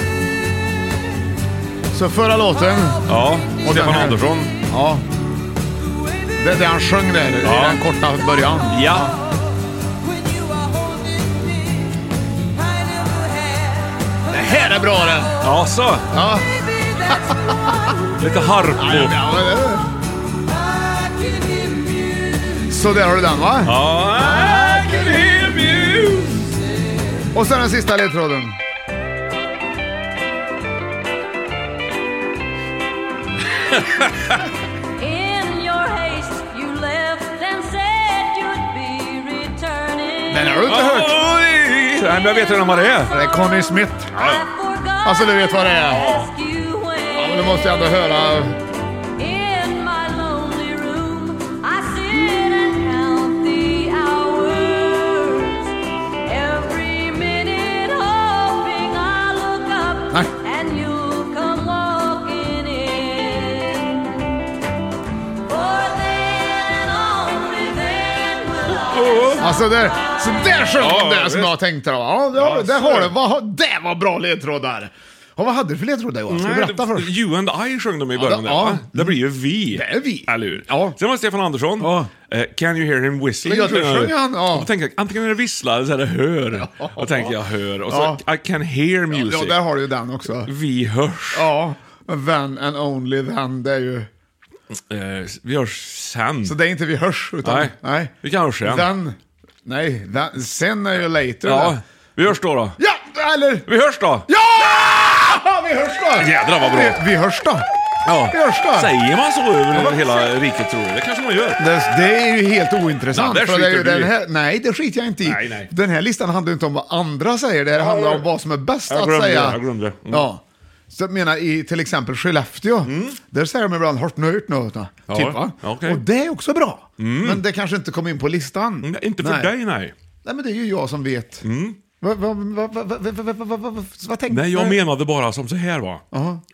[SPEAKER 2] Så förra låten,
[SPEAKER 3] ja.
[SPEAKER 2] Och den
[SPEAKER 3] Stefan
[SPEAKER 2] här.
[SPEAKER 3] Andersson.
[SPEAKER 2] ja. Det är det han sjöng där i
[SPEAKER 3] Ja.
[SPEAKER 2] den korta början.
[SPEAKER 3] Ja.
[SPEAKER 4] when you are holding me, I never had.
[SPEAKER 2] Det här är bra det.
[SPEAKER 3] Ja, så.
[SPEAKER 2] Ja.
[SPEAKER 3] Lite harpo.
[SPEAKER 2] Ja, det är det.
[SPEAKER 4] I can hear music.
[SPEAKER 2] Så där har du den va?
[SPEAKER 3] Ja, I can hear you.
[SPEAKER 2] Och sen den sista ledtråden.
[SPEAKER 5] In your haste you left and said you'd be returning.
[SPEAKER 2] Den har du inte hört.
[SPEAKER 3] Oj! Nej, men jag vet redan vad det är.
[SPEAKER 2] Det är Conny Smith.
[SPEAKER 5] I forgot
[SPEAKER 2] Alltså, du vet vad det är.
[SPEAKER 5] to ask you when.
[SPEAKER 2] Ja, men du måste jag ändå höra.
[SPEAKER 5] In my lonely room, I sit and count the hours. Every minute, hoping I look
[SPEAKER 2] Nej.
[SPEAKER 5] up and you'll come walking in. For then and only then will I.
[SPEAKER 2] Alltså där, så där sjöng
[SPEAKER 3] Ja,
[SPEAKER 2] hon det som
[SPEAKER 3] visst.
[SPEAKER 2] jag tänkte då. Ja, det, har-
[SPEAKER 3] Ja,
[SPEAKER 2] där
[SPEAKER 3] så.
[SPEAKER 2] har du. Vad har- Det var bra ledtrådar. Ja, vad hade du för ledtrådar Johan? Ska du berätta
[SPEAKER 3] det-
[SPEAKER 2] först?
[SPEAKER 3] You and I sjöng de i början där,
[SPEAKER 2] ja.
[SPEAKER 3] va? Det blir ju vi.
[SPEAKER 2] Det är vi.
[SPEAKER 3] Eller hur?
[SPEAKER 2] Ja.
[SPEAKER 3] Sen var det Stefan Andersson.
[SPEAKER 2] Ja.
[SPEAKER 3] Eh, can you hear him whistling?
[SPEAKER 2] Ja, det
[SPEAKER 3] tror jag.
[SPEAKER 2] sjöng han, ja.
[SPEAKER 3] Då tänkte jag, antingen är det vissla eller så är det hör.
[SPEAKER 2] Ja.
[SPEAKER 3] Och tänkte jag hör. Och så
[SPEAKER 2] Ja.
[SPEAKER 3] I can hear music.
[SPEAKER 2] Ja, där har du ju den också.
[SPEAKER 3] Vi hörs.
[SPEAKER 2] Ja, then and only then. Det är ju...
[SPEAKER 3] Eh, vi hörs sen.
[SPEAKER 2] Så det är inte vi hörs, utan...
[SPEAKER 3] Nej. Vi kan hörs sen.
[SPEAKER 2] Den, nej, den, sen är ju later.
[SPEAKER 3] ja.
[SPEAKER 2] det.
[SPEAKER 3] Vi hörs då då.
[SPEAKER 2] ja eller...
[SPEAKER 3] Vi hörs då.
[SPEAKER 2] Ja! Vi hörs då!
[SPEAKER 3] Jädrar vad bra.
[SPEAKER 2] Vi, vi hörs då.
[SPEAKER 3] Ja.
[SPEAKER 2] Görsta.
[SPEAKER 3] Säger man så över hela riket tror du? Det kanske man gör.
[SPEAKER 2] Det, det är ju helt ointressant.
[SPEAKER 3] Nej, där
[SPEAKER 2] för det är ju
[SPEAKER 3] skiter du
[SPEAKER 2] den
[SPEAKER 3] i.
[SPEAKER 2] här, nej, det skiter jag inte i.
[SPEAKER 3] Nej, nej.
[SPEAKER 2] Den här listan handlar ju inte om vad andra säger, det här handlar om vad som är bäst
[SPEAKER 3] Jag
[SPEAKER 2] att
[SPEAKER 3] glömde,
[SPEAKER 2] säga.
[SPEAKER 3] jag glömde. Mm.
[SPEAKER 2] Ja. Så jag menar i till exempel Skellefteå, där säger de ibland hårt nöjt nu.
[SPEAKER 3] Ja,
[SPEAKER 2] Typ, va?
[SPEAKER 3] okej.
[SPEAKER 2] Och det är också bra. Men det kanske inte kom in på listan.
[SPEAKER 3] Nej, Mm, inte för
[SPEAKER 2] nej.
[SPEAKER 3] dig nej.
[SPEAKER 2] Nej, men det är ju jag som vet. Va- va- va- va- va- va- va- va- va- va- Vad tänkte
[SPEAKER 3] Mm. Nej, jag menade bara som så här va.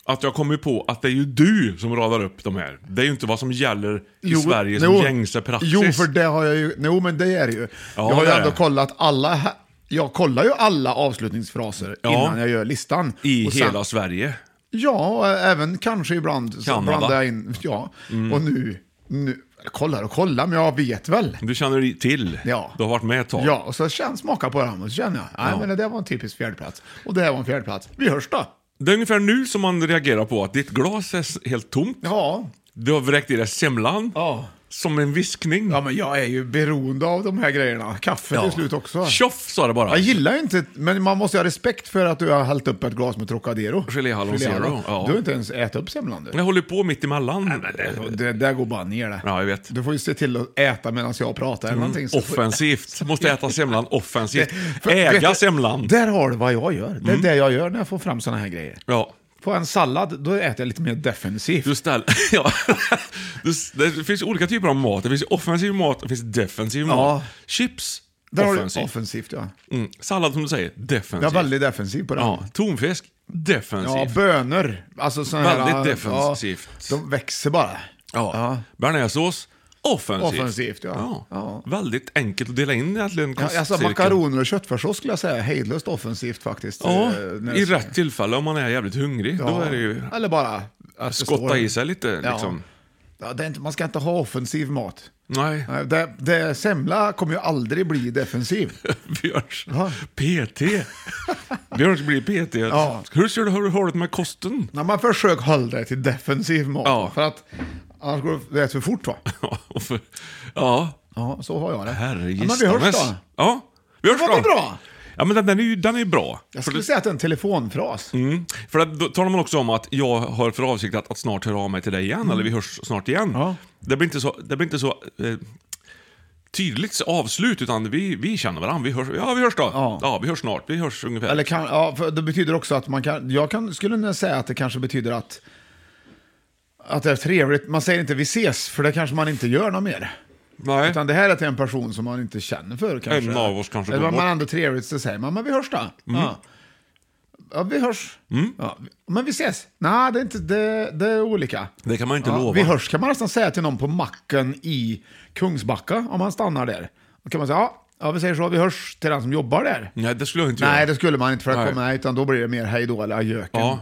[SPEAKER 3] Att jag kom ju på att det är ju du som radar upp de här. Det är ju inte vad som gäller i Sverige som
[SPEAKER 2] jo.
[SPEAKER 3] gängse praxis.
[SPEAKER 2] Jo, för det har jag ju. Jo, men det är det ju. jag har ju
[SPEAKER 3] det är
[SPEAKER 2] ändå
[SPEAKER 3] det.
[SPEAKER 2] kollat alla. här- Jag kollar ju alla avslutningsfraser
[SPEAKER 3] Ja.
[SPEAKER 2] innan jag gör listan.
[SPEAKER 3] I
[SPEAKER 2] Och sen-
[SPEAKER 3] hela Sverige.
[SPEAKER 2] Ja, och även kanske ibland så
[SPEAKER 3] Kanada. Mm.
[SPEAKER 2] blandar jag in. Ja, och nu, nu... Kollar och kollar, men jag vet väl.
[SPEAKER 3] Du känner dig till.
[SPEAKER 2] Ja.
[SPEAKER 3] Du har varit med ett tag.
[SPEAKER 2] Ja, och så känner, smakar på dem och så känner jag, nej
[SPEAKER 3] Ja.
[SPEAKER 2] men det där var en typisk fjärdeplats. Och det här var en fjärdeplats. Vi hörs då!
[SPEAKER 3] Det är ungefär nu som man reagerar på att ditt glas är s- helt tomt.
[SPEAKER 2] Ja.
[SPEAKER 3] Du har vräkt i dig semlan.
[SPEAKER 2] ja.
[SPEAKER 3] Som en viskning.
[SPEAKER 2] Ja, men jag är ju beroende av de här grejerna. Kaffe till slut också.
[SPEAKER 3] Tjoff sa det bara.
[SPEAKER 2] Jag gillar ju inte, men man måste ju ha respekt för att du har hällt upp ett glas med Trocadero.
[SPEAKER 3] Geléhallon Zero, ja.
[SPEAKER 2] Du har inte ens ätit upp semlan du.
[SPEAKER 3] Jag håller på mitt emellan. Nej,
[SPEAKER 2] Det där går bara ner det.
[SPEAKER 3] Ja, Mm, jag vet.
[SPEAKER 2] Du får ju se till att äta medan jag pratar eller någonting. så-
[SPEAKER 3] Offensivt. Måste äta semlan offensivt.
[SPEAKER 2] För- vet
[SPEAKER 3] Äga
[SPEAKER 2] du,
[SPEAKER 3] semlan.
[SPEAKER 2] Där har du vad jag gör. Det är
[SPEAKER 3] Mm.
[SPEAKER 2] det jag gör när jag får fram sådana här grejer.
[SPEAKER 3] Ja.
[SPEAKER 2] På en sallad, då äter jag lite mer defensivt.
[SPEAKER 3] Du ställ... ja. Du s- Det finns olika typer av mat. Det finns offensiv mat och det finns defensiv mat. Chips,
[SPEAKER 2] där har du
[SPEAKER 3] offensiv.
[SPEAKER 2] offensivt ja.
[SPEAKER 3] mm. Sallad som du säger, defensiv.
[SPEAKER 2] Jag är väldigt defensiv på det.
[SPEAKER 3] ja. Tonfisk,
[SPEAKER 2] Ja,
[SPEAKER 3] defensiv.
[SPEAKER 2] bönor. Alltså sådana här...
[SPEAKER 3] Väldigt defensivt.
[SPEAKER 2] Ja, de växer bara.
[SPEAKER 3] Ja. Bearnaisesås, offensivt.
[SPEAKER 2] Offensivt, ja. Ja.
[SPEAKER 3] Väldigt enkelt att dela in egentligen
[SPEAKER 2] Ja, alltså
[SPEAKER 3] kostcirkeln.
[SPEAKER 2] makaroner och köttfärssås skulle jag säga hejdlöst offensivt faktiskt.
[SPEAKER 3] Ja,
[SPEAKER 2] Eh, när
[SPEAKER 3] i
[SPEAKER 2] jag-
[SPEAKER 3] rätt tillfälle om man är jävligt hungrig. Då
[SPEAKER 2] Ja.
[SPEAKER 3] är det ju
[SPEAKER 2] Eller bara... att det står-
[SPEAKER 3] skotta i sig lite
[SPEAKER 2] Ja.
[SPEAKER 3] liksom.
[SPEAKER 2] Ja, det är inte, man ska inte ha offensiv mat.
[SPEAKER 3] Nej,
[SPEAKER 2] Nej, Det, det, semla kommer ju aldrig bli defensiv.
[SPEAKER 3] Björns. PT. Björns blir PT.
[SPEAKER 2] Ja.
[SPEAKER 3] Hur ser du, har du hållit med kosten?
[SPEAKER 2] När man försöker hålla dig till defensiv mat.
[SPEAKER 3] Ja.
[SPEAKER 2] För att annars går det rätt för fort va?
[SPEAKER 3] Ja, och för- ja.
[SPEAKER 2] Ja, så har jag det.
[SPEAKER 3] herre
[SPEAKER 2] ja, men vi hörs då.
[SPEAKER 3] gistanes. Ja, vi hörs
[SPEAKER 2] Det var
[SPEAKER 3] då.
[SPEAKER 2] väl bra?
[SPEAKER 3] Ja, men den, den är ju den är ju bra.
[SPEAKER 2] Jag
[SPEAKER 3] För
[SPEAKER 2] skulle
[SPEAKER 3] det-
[SPEAKER 2] säga att det är en telefonfras.
[SPEAKER 3] Mm. För att, då talar man också om att jag har för avsikt att, att snart höra av mig till dig igen, eller vi hörs snart igen.
[SPEAKER 2] Mm. Ja.
[SPEAKER 3] Det blir inte så, det blir inte så eh, tydligt avslut, utan vi, vi känner varandra. Vi hörs, ja, vi hörs då.
[SPEAKER 2] Ja.
[SPEAKER 3] Ja. vi hörs snart. Vi hörs ungefär.
[SPEAKER 2] Eller kan, ja, för det betyder också att man kan, jag kan, skulle nog säga att det kanske betyder att, att det är trevligt. Man säger inte vi ses, för det kanske man inte gör något mer.
[SPEAKER 3] Nej.
[SPEAKER 2] Utan det här är till en person som man inte känner för kanske.
[SPEAKER 3] En av oss kanske
[SPEAKER 2] Eller
[SPEAKER 3] går
[SPEAKER 2] om man
[SPEAKER 3] bort. Mm.
[SPEAKER 2] ändå trevligt så säger man, men vi hörs då. Ja. ja, vi hörs. Ja, men vi ses. Nej, det är, inte, det, det är olika.
[SPEAKER 3] Det kan man inte
[SPEAKER 2] Ja,
[SPEAKER 3] lova.
[SPEAKER 2] Vi hörs kan man nästan säga till någon på macken i Kungsbacka, om han stannar där. Då kan man säga, ja, ja vi säger så, vi hörs till den som jobbar där.
[SPEAKER 3] Nej, det skulle jag inte
[SPEAKER 2] Nej,
[SPEAKER 3] göra.
[SPEAKER 2] det skulle man inte för att
[SPEAKER 3] Nej.
[SPEAKER 2] komma nej, utan då blir det mer hej då eller adjöken.
[SPEAKER 3] Ja.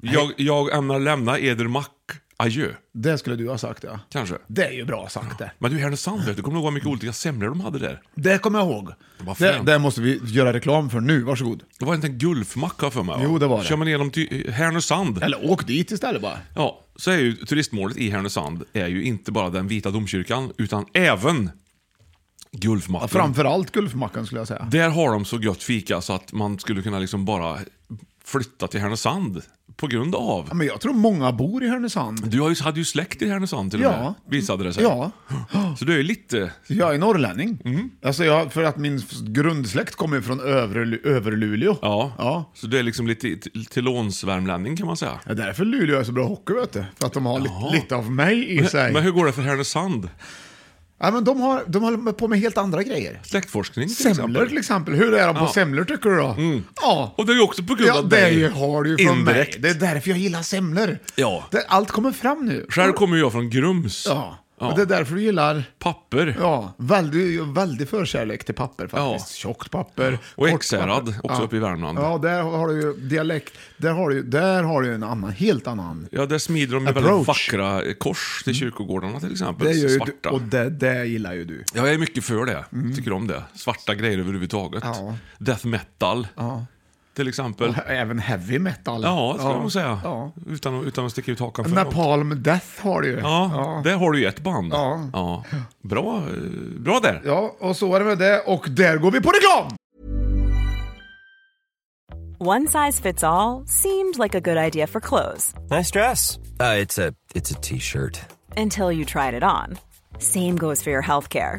[SPEAKER 3] Jag, jag ämnar lämna eder mack. Adjö,
[SPEAKER 2] Det skulle du ha sagt ja.
[SPEAKER 3] kanske.
[SPEAKER 2] Det är ju bra sagt det.
[SPEAKER 3] Men du, Härnösand, vet du kommer ihåg vad mycket olika semlor de hade där?
[SPEAKER 2] Det kommer jag ihåg.
[SPEAKER 3] Vad
[SPEAKER 2] Det,
[SPEAKER 3] främt.
[SPEAKER 2] det måste vi göra reklam för nu, varsågod.
[SPEAKER 3] Det var inte en gulfmacka för mig va?
[SPEAKER 2] Jo, det var det.
[SPEAKER 3] Kör man igenom ty- Härnösand.
[SPEAKER 2] Eller åk dit istället bara.
[SPEAKER 3] Ja, så är ju turistmålet i Härnösand är ju inte bara den vita domkyrkan, utan även Gulfmacken.
[SPEAKER 2] Framförallt Gulfmackan skulle jag säga.
[SPEAKER 3] Där har de så gött fika så att man skulle kunna liksom bara flytta till Härnösand på grund av.
[SPEAKER 2] Ja, Men jag tror många bor i Härnösand.
[SPEAKER 3] Du har ju, hade ju släkt i Härnösand till och
[SPEAKER 2] Ja.
[SPEAKER 3] med, visade det sig.
[SPEAKER 2] Ja,
[SPEAKER 3] Så du är ju lite...
[SPEAKER 2] jag är norrlänning.
[SPEAKER 3] Mm.
[SPEAKER 2] Alltså jag, för att min grundsläkt kommer från övre, övre Luleå.
[SPEAKER 3] Ja,
[SPEAKER 2] ja.
[SPEAKER 3] så du är liksom lite till- till låns värmlänning kan man säga.
[SPEAKER 2] Ja, därför Luleå är så bra hockey vet du. För att de har lite, lite av mig i sig.
[SPEAKER 3] Men hur går det för Härnösand?
[SPEAKER 2] ja, men de, har, de håller på med helt andra grejer.
[SPEAKER 3] Släktforskning till
[SPEAKER 2] Semlor till
[SPEAKER 3] exempel.
[SPEAKER 2] exempel. Hur är de på
[SPEAKER 3] Ja. Mm.
[SPEAKER 2] semlor tycker du då? Ja.
[SPEAKER 3] Och det är ju också på grund
[SPEAKER 2] Ja,
[SPEAKER 3] av
[SPEAKER 2] det är
[SPEAKER 3] dig.
[SPEAKER 2] ju- har du ju från
[SPEAKER 3] Indirekt.
[SPEAKER 2] mig. Det är därför jag gillar semlor.
[SPEAKER 3] Ja.
[SPEAKER 2] Det, allt kommer fram nu.
[SPEAKER 3] Själv kommer ju jag från Grums.
[SPEAKER 2] Ja.
[SPEAKER 3] Ja.
[SPEAKER 2] Och det är därför du gillar...
[SPEAKER 3] Papper.
[SPEAKER 2] Ja, väldigt, väldigt förkärlek till papper faktiskt. Tjockt papper.
[SPEAKER 3] Och
[SPEAKER 2] kort
[SPEAKER 3] Ekshärad,
[SPEAKER 2] papper.
[SPEAKER 3] också uppe i Värmland.
[SPEAKER 2] Ja, där har du ju dialekt. Där har du, ju- där har du ju en annan, helt annan.
[SPEAKER 3] Ja, där smider de ju
[SPEAKER 2] Approach. Mm.
[SPEAKER 3] väldigt vackra eh, kors till kyrkogårdarna till exempel.
[SPEAKER 2] Det gör ju du,
[SPEAKER 3] Svarta.
[SPEAKER 2] och det, det gillar ju du.
[SPEAKER 3] Ja, jag är mycket för det. Tycker om det. Svarta grejer överhuvudtaget.
[SPEAKER 2] Ja.
[SPEAKER 3] Death metal. Till exempel.
[SPEAKER 2] Även heavy metal.
[SPEAKER 3] Ja, det skulle man säga.
[SPEAKER 2] Ja.
[SPEAKER 3] Utan, att- utan att sticka ut hakan för långt.
[SPEAKER 2] Napalm Death har du ju.
[SPEAKER 3] Ja, där har du ju ett band.
[SPEAKER 2] Ja.
[SPEAKER 3] Bra, eh, bra där.
[SPEAKER 2] Ja, och så är det med det. Och där går vi på reklam!
[SPEAKER 8] One size fits all seemed like a good idea for clothes
[SPEAKER 9] Nice dress. Uh, it's a it's a t-shirt.
[SPEAKER 8] until you tried it on. Same goes for your healthcare.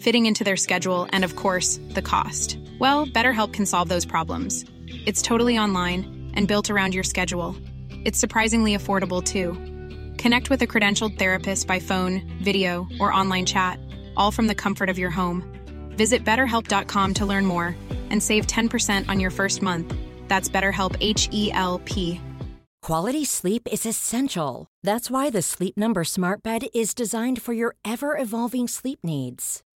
[SPEAKER 10] fitting into their schedule, and of course, the cost. Well, BetterHelp can solve those problems. It's totally online and built around your schedule. It's surprisingly affordable too. Connect with a credentialed therapist by phone, video, or online chat, all from the comfort of your home. Visit betterhelp.com to learn more and save 10% on your first month. That's BetterHelp H E L P.
[SPEAKER 11] Quality sleep is essential. That's why the Sleep Number Smart Bed is designed for your ever evolving sleep needs.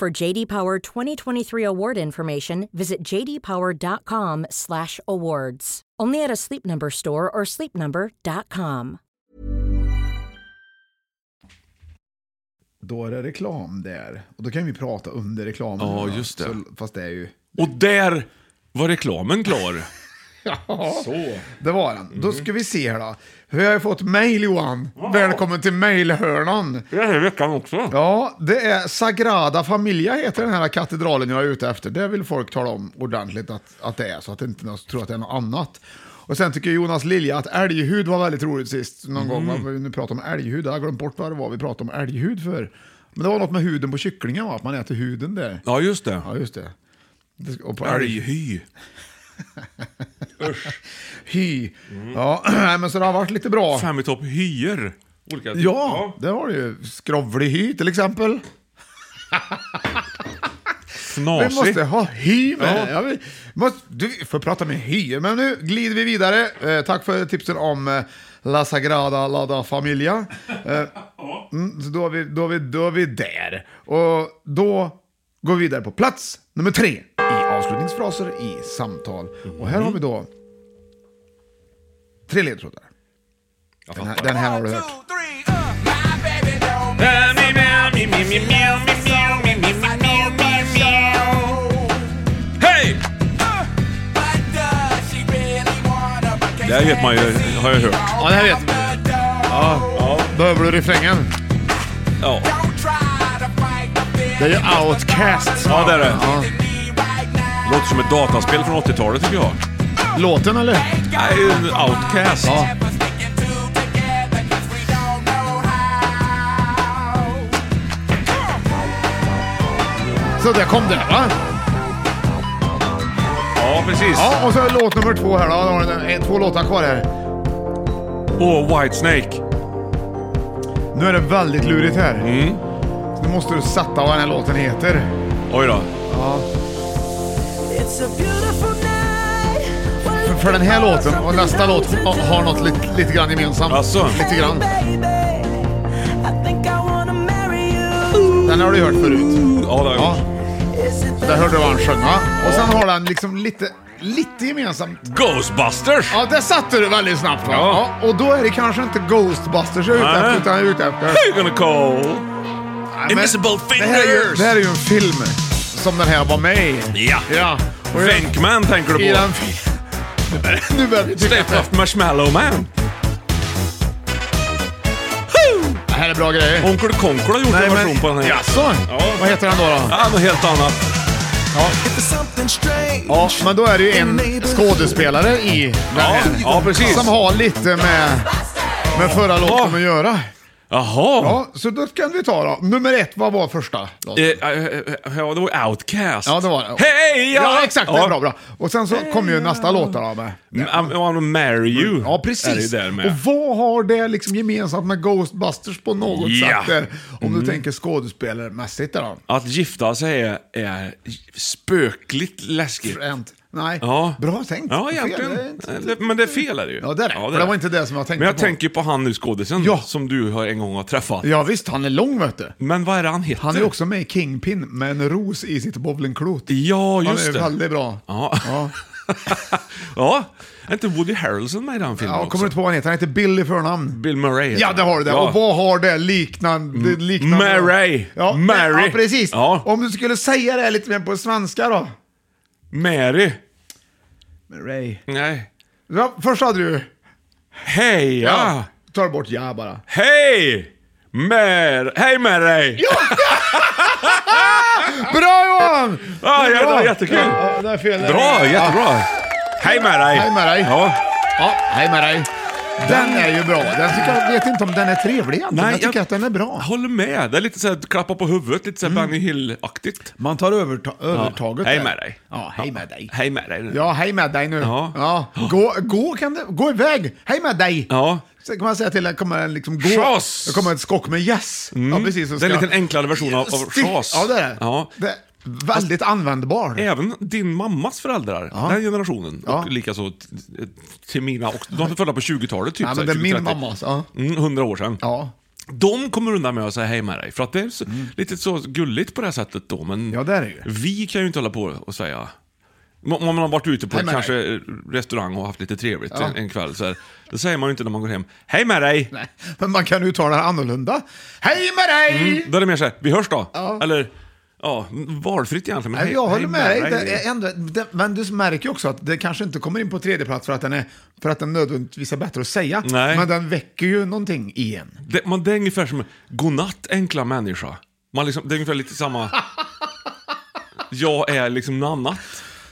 [SPEAKER 11] For JD Power 2023 award information, visit jdpower.com/awards. Only at a Sleep Number store or sleepnumber.com.
[SPEAKER 2] Då är det reklam där. Och då kan vi prata under reklamen.
[SPEAKER 3] Ja,
[SPEAKER 2] då.
[SPEAKER 3] just det.
[SPEAKER 2] Så, fast det är ju...
[SPEAKER 3] Och där var reklamen klar.
[SPEAKER 2] Ja,
[SPEAKER 3] Så.
[SPEAKER 2] det var den. Då ska vi se här då. Vi har ju fått mail Johan. Välkommen till mailhörnan.
[SPEAKER 3] Det är här veckan också.
[SPEAKER 2] Ja, det är Sagrada Familia heter den här katedralen jag är ute efter. Det vill folk tala om ordentligt att, att det är, så att inte någon tror att det är något annat. Och sen tycker Jonas Lilja att älghud var väldigt roligt sist någon gång. Vad vi Nu pratar om älghud, jag har glömt bort vad det var vi pratade om älghud för. Men det var något med huden på kycklingen va? Att man äter huden där.
[SPEAKER 3] Ja, just det.
[SPEAKER 2] Ja, just det. Det- Och på älg-
[SPEAKER 3] Älghy.
[SPEAKER 2] Hy. Ja, nej, men så det har varit lite bra.
[SPEAKER 3] Fem i topp hyer. Olika typer.
[SPEAKER 2] Ja, det har du ju. Skrovlig hy till exempel. Vi
[SPEAKER 3] Fnasig.
[SPEAKER 2] måste ha hy med.
[SPEAKER 3] Ja.
[SPEAKER 2] Ja. vi måste, du får prata med hy. Men nu glider vi vidare. Eh, tack för tipsen om eh, La Sagrada Lada Familia. Eh, mm, så då är vi, då är vi, då är vi där. Och då går vi vidare på plats nummer tre i avslutningsfraser i samtal. Och här har vi då tre ledtrådar. Den här, den här har du hört.
[SPEAKER 3] Hej! Det här vet man ju, har jag hört.
[SPEAKER 2] Ja, det här vet vi. Behöver du refrängen?
[SPEAKER 3] Ja,
[SPEAKER 2] Det är ju Outcasts.
[SPEAKER 3] ja det är det. Låter som ett dataspel från 80-talet tycker jag.
[SPEAKER 2] Låten eller?
[SPEAKER 3] Nej, Outcast.
[SPEAKER 2] Ja. Så där kom det va?
[SPEAKER 3] Ja, precis.
[SPEAKER 2] Ja, och så är låt nummer två här då. Då har den en, två låtar kvar här.
[SPEAKER 3] Och Whitesnake.
[SPEAKER 2] Nu är det väldigt lurigt här.
[SPEAKER 3] Mm.
[SPEAKER 2] Nu måste du sätta vad den här låten heter.
[SPEAKER 3] Oj då.
[SPEAKER 2] För, för den här låten och nästa låt ha- har något lite, lite grann gemensamt.
[SPEAKER 3] Alltså.
[SPEAKER 2] Lite grann. Den har du hört förut.
[SPEAKER 3] Ja, det har jag
[SPEAKER 2] Ja.
[SPEAKER 3] gjort.
[SPEAKER 2] Där hörde du vad han sjöng va? Och sen har den liksom lite, lite gemensamt.
[SPEAKER 3] Ghostbusters!
[SPEAKER 2] Ja, där satte du väldigt snabbt va? Ja. och då är det kanske inte Ghostbusters jag är ute
[SPEAKER 3] Nej.
[SPEAKER 2] efter, utan jag är ute efter...
[SPEAKER 3] Who you gonna call?
[SPEAKER 2] Nej, men-
[SPEAKER 3] Invisible
[SPEAKER 2] Det här, är ju,
[SPEAKER 3] Fingers.
[SPEAKER 2] det här är ju en film som den här var med i.
[SPEAKER 3] Ja.
[SPEAKER 2] ja. Och i den-
[SPEAKER 3] Venkman tänker du
[SPEAKER 2] I
[SPEAKER 3] på.
[SPEAKER 2] den filmen... nu börjar vi tycka att
[SPEAKER 3] Step
[SPEAKER 2] det-
[SPEAKER 3] up Marshmallow Man.
[SPEAKER 2] det här är bra grejer.
[SPEAKER 3] Onkel Konkel har gjort en version på den här.
[SPEAKER 2] Jaså?
[SPEAKER 3] Ja.
[SPEAKER 2] Vad heter den då? då?
[SPEAKER 3] Ja, något helt annat.
[SPEAKER 2] Ja, men då är det ju en skådespelare i den
[SPEAKER 3] Ja,
[SPEAKER 2] här.
[SPEAKER 3] ja, precis.
[SPEAKER 2] Som har lite med, med förra låten att göra.
[SPEAKER 3] Jaha.
[SPEAKER 2] Ja, så då kan vi ta då. Nummer ett, vad var första?
[SPEAKER 3] Eh, eh, eh, Ja, det var Outcast.
[SPEAKER 2] Ja, det var det.
[SPEAKER 3] Hej!
[SPEAKER 2] Ja, exakt. Det är bra, bra. Och sen så kommer ju nästa låt då med.
[SPEAKER 3] I wanna marry you.
[SPEAKER 2] Ja,
[SPEAKER 3] Är det
[SPEAKER 2] precis.
[SPEAKER 3] där med.
[SPEAKER 2] Och vad har det liksom gemensamt med Ghostbusters på något
[SPEAKER 3] Ja.
[SPEAKER 2] sätt? Där, om
[SPEAKER 3] Mm.
[SPEAKER 2] du tänker skådespelarmässigt då.
[SPEAKER 3] Att gifta sig är, är spökligt läskigt.
[SPEAKER 2] Fränt. Nej,
[SPEAKER 3] Ja.
[SPEAKER 2] bra tänkt.
[SPEAKER 3] Ja,
[SPEAKER 2] Fel,
[SPEAKER 3] egentligen.
[SPEAKER 2] det är inte-
[SPEAKER 3] Eh, Men det är fel är det ju.
[SPEAKER 2] Ja, det är det. För det var inte det som jag tänkte
[SPEAKER 3] Men jag
[SPEAKER 2] på.
[SPEAKER 3] tänker på han nu skådisen som du har en gång har träffat.
[SPEAKER 2] Ja visst, han är lång vet du.
[SPEAKER 3] Men vad är det han heter?
[SPEAKER 2] Han är också med i Kingpin med en ros i sitt bowlingklot.
[SPEAKER 3] Ja, just
[SPEAKER 2] Han är
[SPEAKER 3] det.
[SPEAKER 2] väldigt bra.
[SPEAKER 3] Ja.
[SPEAKER 2] Ja.
[SPEAKER 3] ja. Är inte Woody Harrelson med i den filmen
[SPEAKER 2] Ja,
[SPEAKER 3] också?
[SPEAKER 2] kommer du inte på vad han heter? Han heter Bill i förnamn.
[SPEAKER 3] Bill Murray heter
[SPEAKER 2] Ja, det har du det.
[SPEAKER 3] Ja.
[SPEAKER 2] Och vad har det liknande... det liknande
[SPEAKER 3] Murray.
[SPEAKER 2] Ja,
[SPEAKER 3] Mary.
[SPEAKER 2] Ja, precis.
[SPEAKER 3] Ja.
[SPEAKER 2] Om du skulle säga det lite mer på svenska då?
[SPEAKER 3] Mary.
[SPEAKER 2] Murray.
[SPEAKER 3] Nej.
[SPEAKER 2] Ja, först hade du...
[SPEAKER 3] Hej! Ja.
[SPEAKER 2] Tar bort ja bara.
[SPEAKER 3] Hej! Mer... Hej Mary! Ja,
[SPEAKER 2] Bra Johan!
[SPEAKER 3] ah,
[SPEAKER 2] Det är
[SPEAKER 3] ja, det var
[SPEAKER 2] bra.
[SPEAKER 3] jättekul.
[SPEAKER 2] Ja, det är fel. där.
[SPEAKER 3] Bra, jättebra. Hej Mary!
[SPEAKER 2] Hej med dig.
[SPEAKER 3] Ja.
[SPEAKER 2] Ja, hej med dig. Den är ju bra. Den tycker jag vet inte om den är trevlig egentligen.
[SPEAKER 3] Nej,
[SPEAKER 2] jag tycker
[SPEAKER 3] jag-
[SPEAKER 2] att den är bra. Mm.
[SPEAKER 3] Håller med. Det är lite såhär klappa på huvudet, lite såhär Benny Hill-aktigt.
[SPEAKER 2] Man tar överta- övertaget.
[SPEAKER 3] Hej
[SPEAKER 2] där.
[SPEAKER 3] med dig.
[SPEAKER 2] Ja, hej med dig.
[SPEAKER 3] Hej med dig.
[SPEAKER 2] Ja, hej med dig nu.
[SPEAKER 3] Ja.
[SPEAKER 2] Ja. Gå, gå, kan du, gå iväg. Hej med dig.
[SPEAKER 3] Ja.
[SPEAKER 2] Sen kan man säga till den, kommer den liksom gå.
[SPEAKER 3] Schas.
[SPEAKER 2] Då kommer ett skock med yes. Ja, precis. och
[SPEAKER 3] Mm. Det är en
[SPEAKER 2] ska-
[SPEAKER 3] liten enklare version av, av
[SPEAKER 2] Stick-
[SPEAKER 3] Chas.
[SPEAKER 2] Ja, det är det.
[SPEAKER 3] Ja.
[SPEAKER 2] det är väldigt användbar.
[SPEAKER 3] Även din mammas föräldrar, den generationen, och likaså t- till mina också. De är födda på 20-talet, typ.
[SPEAKER 2] Ja,
[SPEAKER 3] så
[SPEAKER 2] men
[SPEAKER 3] här,
[SPEAKER 2] det är
[SPEAKER 3] 20-30.
[SPEAKER 2] min mammas. Ja.
[SPEAKER 3] Mm, 100 år sedan.
[SPEAKER 2] Ja. Mm.
[SPEAKER 3] De kommer undan med att säga hej med dig, för att det är så, lite så gulligt på det här sättet då. Men
[SPEAKER 2] ja, det är det ju.
[SPEAKER 3] vi kan ju inte hålla på och säga... Om om man har varit ute på
[SPEAKER 2] Hej med
[SPEAKER 3] kanske restaurang och haft lite trevligt
[SPEAKER 2] Ja.
[SPEAKER 3] en, en kväll, så här, då säger man ju inte när man går hem, hej med dig!
[SPEAKER 2] Nej. Men man kan uttala det annorlunda. Hej med dig!
[SPEAKER 3] Mm, då är det mer så här, vi hörs då!
[SPEAKER 2] Ja.
[SPEAKER 3] Eller, ja, valfritt egentligen. Men
[SPEAKER 2] Nej,
[SPEAKER 3] hej-
[SPEAKER 2] jag håller
[SPEAKER 3] hej
[SPEAKER 2] med dig.
[SPEAKER 3] dig.
[SPEAKER 2] Det är ändå, det, men du märker ju också att det kanske inte kommer in på tredje plats för att den, är, för att den nödvändigtvis är bättre att säga.
[SPEAKER 3] Nej.
[SPEAKER 2] Men den väcker ju någonting i en.
[SPEAKER 3] Det, man, det är ungefär som godnatt enkla människa. Man liksom, det är ungefär lite samma... Jag är liksom något annat.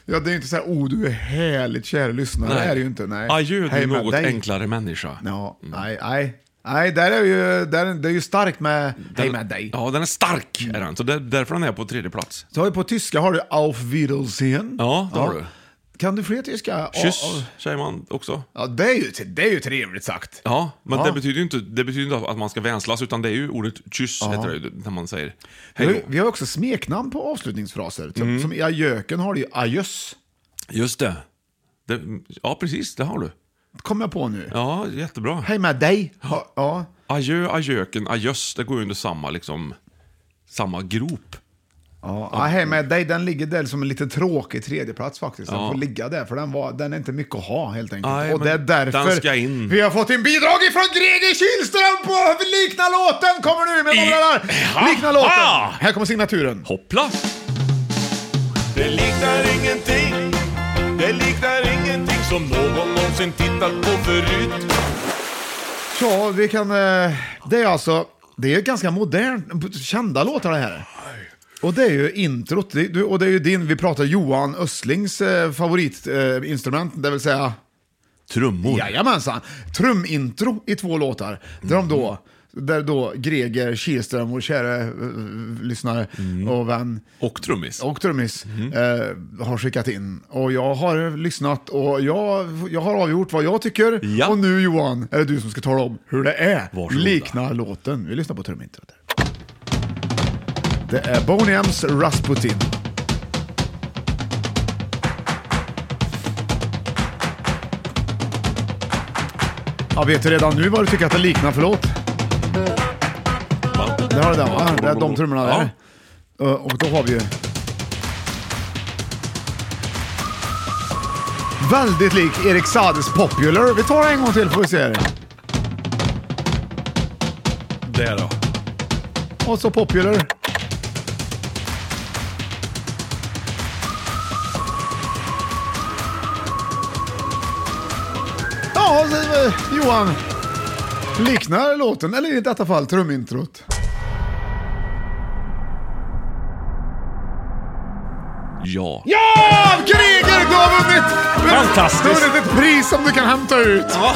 [SPEAKER 2] Ja, det är ju inte så här, oh du är härligt kär lyssnare. Det är det ju inte. Nej.
[SPEAKER 3] Adjö, du Ah, är
[SPEAKER 2] Hej med
[SPEAKER 3] något
[SPEAKER 2] dig.
[SPEAKER 3] enklare Mm. människa.
[SPEAKER 2] Ja, nej, nej. Nej, där är ju, där, det är ju starkt med hej
[SPEAKER 3] Den-
[SPEAKER 2] med dig.
[SPEAKER 3] Ja, den är stark, är den. Så det, därför den är på tredje plats.
[SPEAKER 2] Så har du på tyska har du Auf Wiedersehen.
[SPEAKER 3] Ja, det har du.
[SPEAKER 2] Kan du fler tyska?
[SPEAKER 3] Kyss
[SPEAKER 2] Ja,
[SPEAKER 3] säger man också.
[SPEAKER 2] Ja, det är ju, det är ju trevligt sagt.
[SPEAKER 3] Ja, men
[SPEAKER 2] Ja.
[SPEAKER 3] det betyder ju inte, det betyder inte att man ska vänslas, utan det är ju ordet kyss,
[SPEAKER 2] Ja.
[SPEAKER 3] heter det ju, när man säger hej
[SPEAKER 2] Vi har, ju-
[SPEAKER 3] då. Mm.
[SPEAKER 2] vi har också smeknamn på avslutningsfraser. Typ. Som i ajöken har du ju ajöss.
[SPEAKER 3] Just det. det. Ja, precis, det har du.
[SPEAKER 2] Kom jag på nu.
[SPEAKER 3] Ja, jättebra.
[SPEAKER 2] Hej med dig. Ha, ja.
[SPEAKER 3] Adjö, adjöken, adjöss, det går ju under samma, liksom, samma grop.
[SPEAKER 2] Ja, ja, hej med dig, den ligger där som en lite tråkig tredjeplats faktiskt. Den
[SPEAKER 3] Ja.
[SPEAKER 2] får ligga där, för den, var, den är inte mycket att ha helt enkelt.
[SPEAKER 3] Nej,
[SPEAKER 2] och
[SPEAKER 3] men
[SPEAKER 2] det är därför
[SPEAKER 3] den ska in.
[SPEAKER 2] vi har fått in bidrag ifrån Greger Kihlström på Likna låten! Kommer nu med bollar
[SPEAKER 3] Ja.
[SPEAKER 2] Likna låten!
[SPEAKER 3] Ah.
[SPEAKER 2] Här kommer signaturen.
[SPEAKER 3] Hoppla!
[SPEAKER 12] Det liknar ingenting Det liknar ingenting som någon någonsin tittat på förut
[SPEAKER 2] Ja, vi kan... eh, Det är alltså... Det är ganska modernt, kända låtar det här. Och det är ju introt, det, du- och det är ju din, vi pratar Johan Östlings eh, favoritinstrument, det vill säga...
[SPEAKER 3] Trummor.
[SPEAKER 2] Jajamensan! Trumintro i två låtar. Där de då, där då Greger Kihlström, vår kära eh, lyssnare och vän,
[SPEAKER 3] Och trummis.
[SPEAKER 2] och trummis
[SPEAKER 3] Mhm.
[SPEAKER 2] eh, har skickat in. Och jag har lyssnat och jag, jag har avgjort vad jag tycker.
[SPEAKER 3] Ja.
[SPEAKER 2] Och nu Johan, är det du som ska tala om hur det är.
[SPEAKER 3] Varsågoda.
[SPEAKER 2] Liknar låten. Vi lyssnar på trumintrot. här. Det är Boney M's Rasputin. Jag vet ju redan nu vad du tycker att det liknar för låt. Där har du den va? Det är de trummorna där. Eh, Och då har vi ju... Väldigt lik Erik Saades Popular. Vi tar en gång till får vi se. här.
[SPEAKER 3] Där då.
[SPEAKER 2] Och så Popular. Ja, så, eh, Johan. Liknar låten, eller i detta fall trumintrot.
[SPEAKER 3] Ja.
[SPEAKER 2] Ja! Greger, du har vunnit!
[SPEAKER 3] Fantastiskt.
[SPEAKER 2] Du har vunnit ett pris som du kan hämta ut.
[SPEAKER 3] Ja.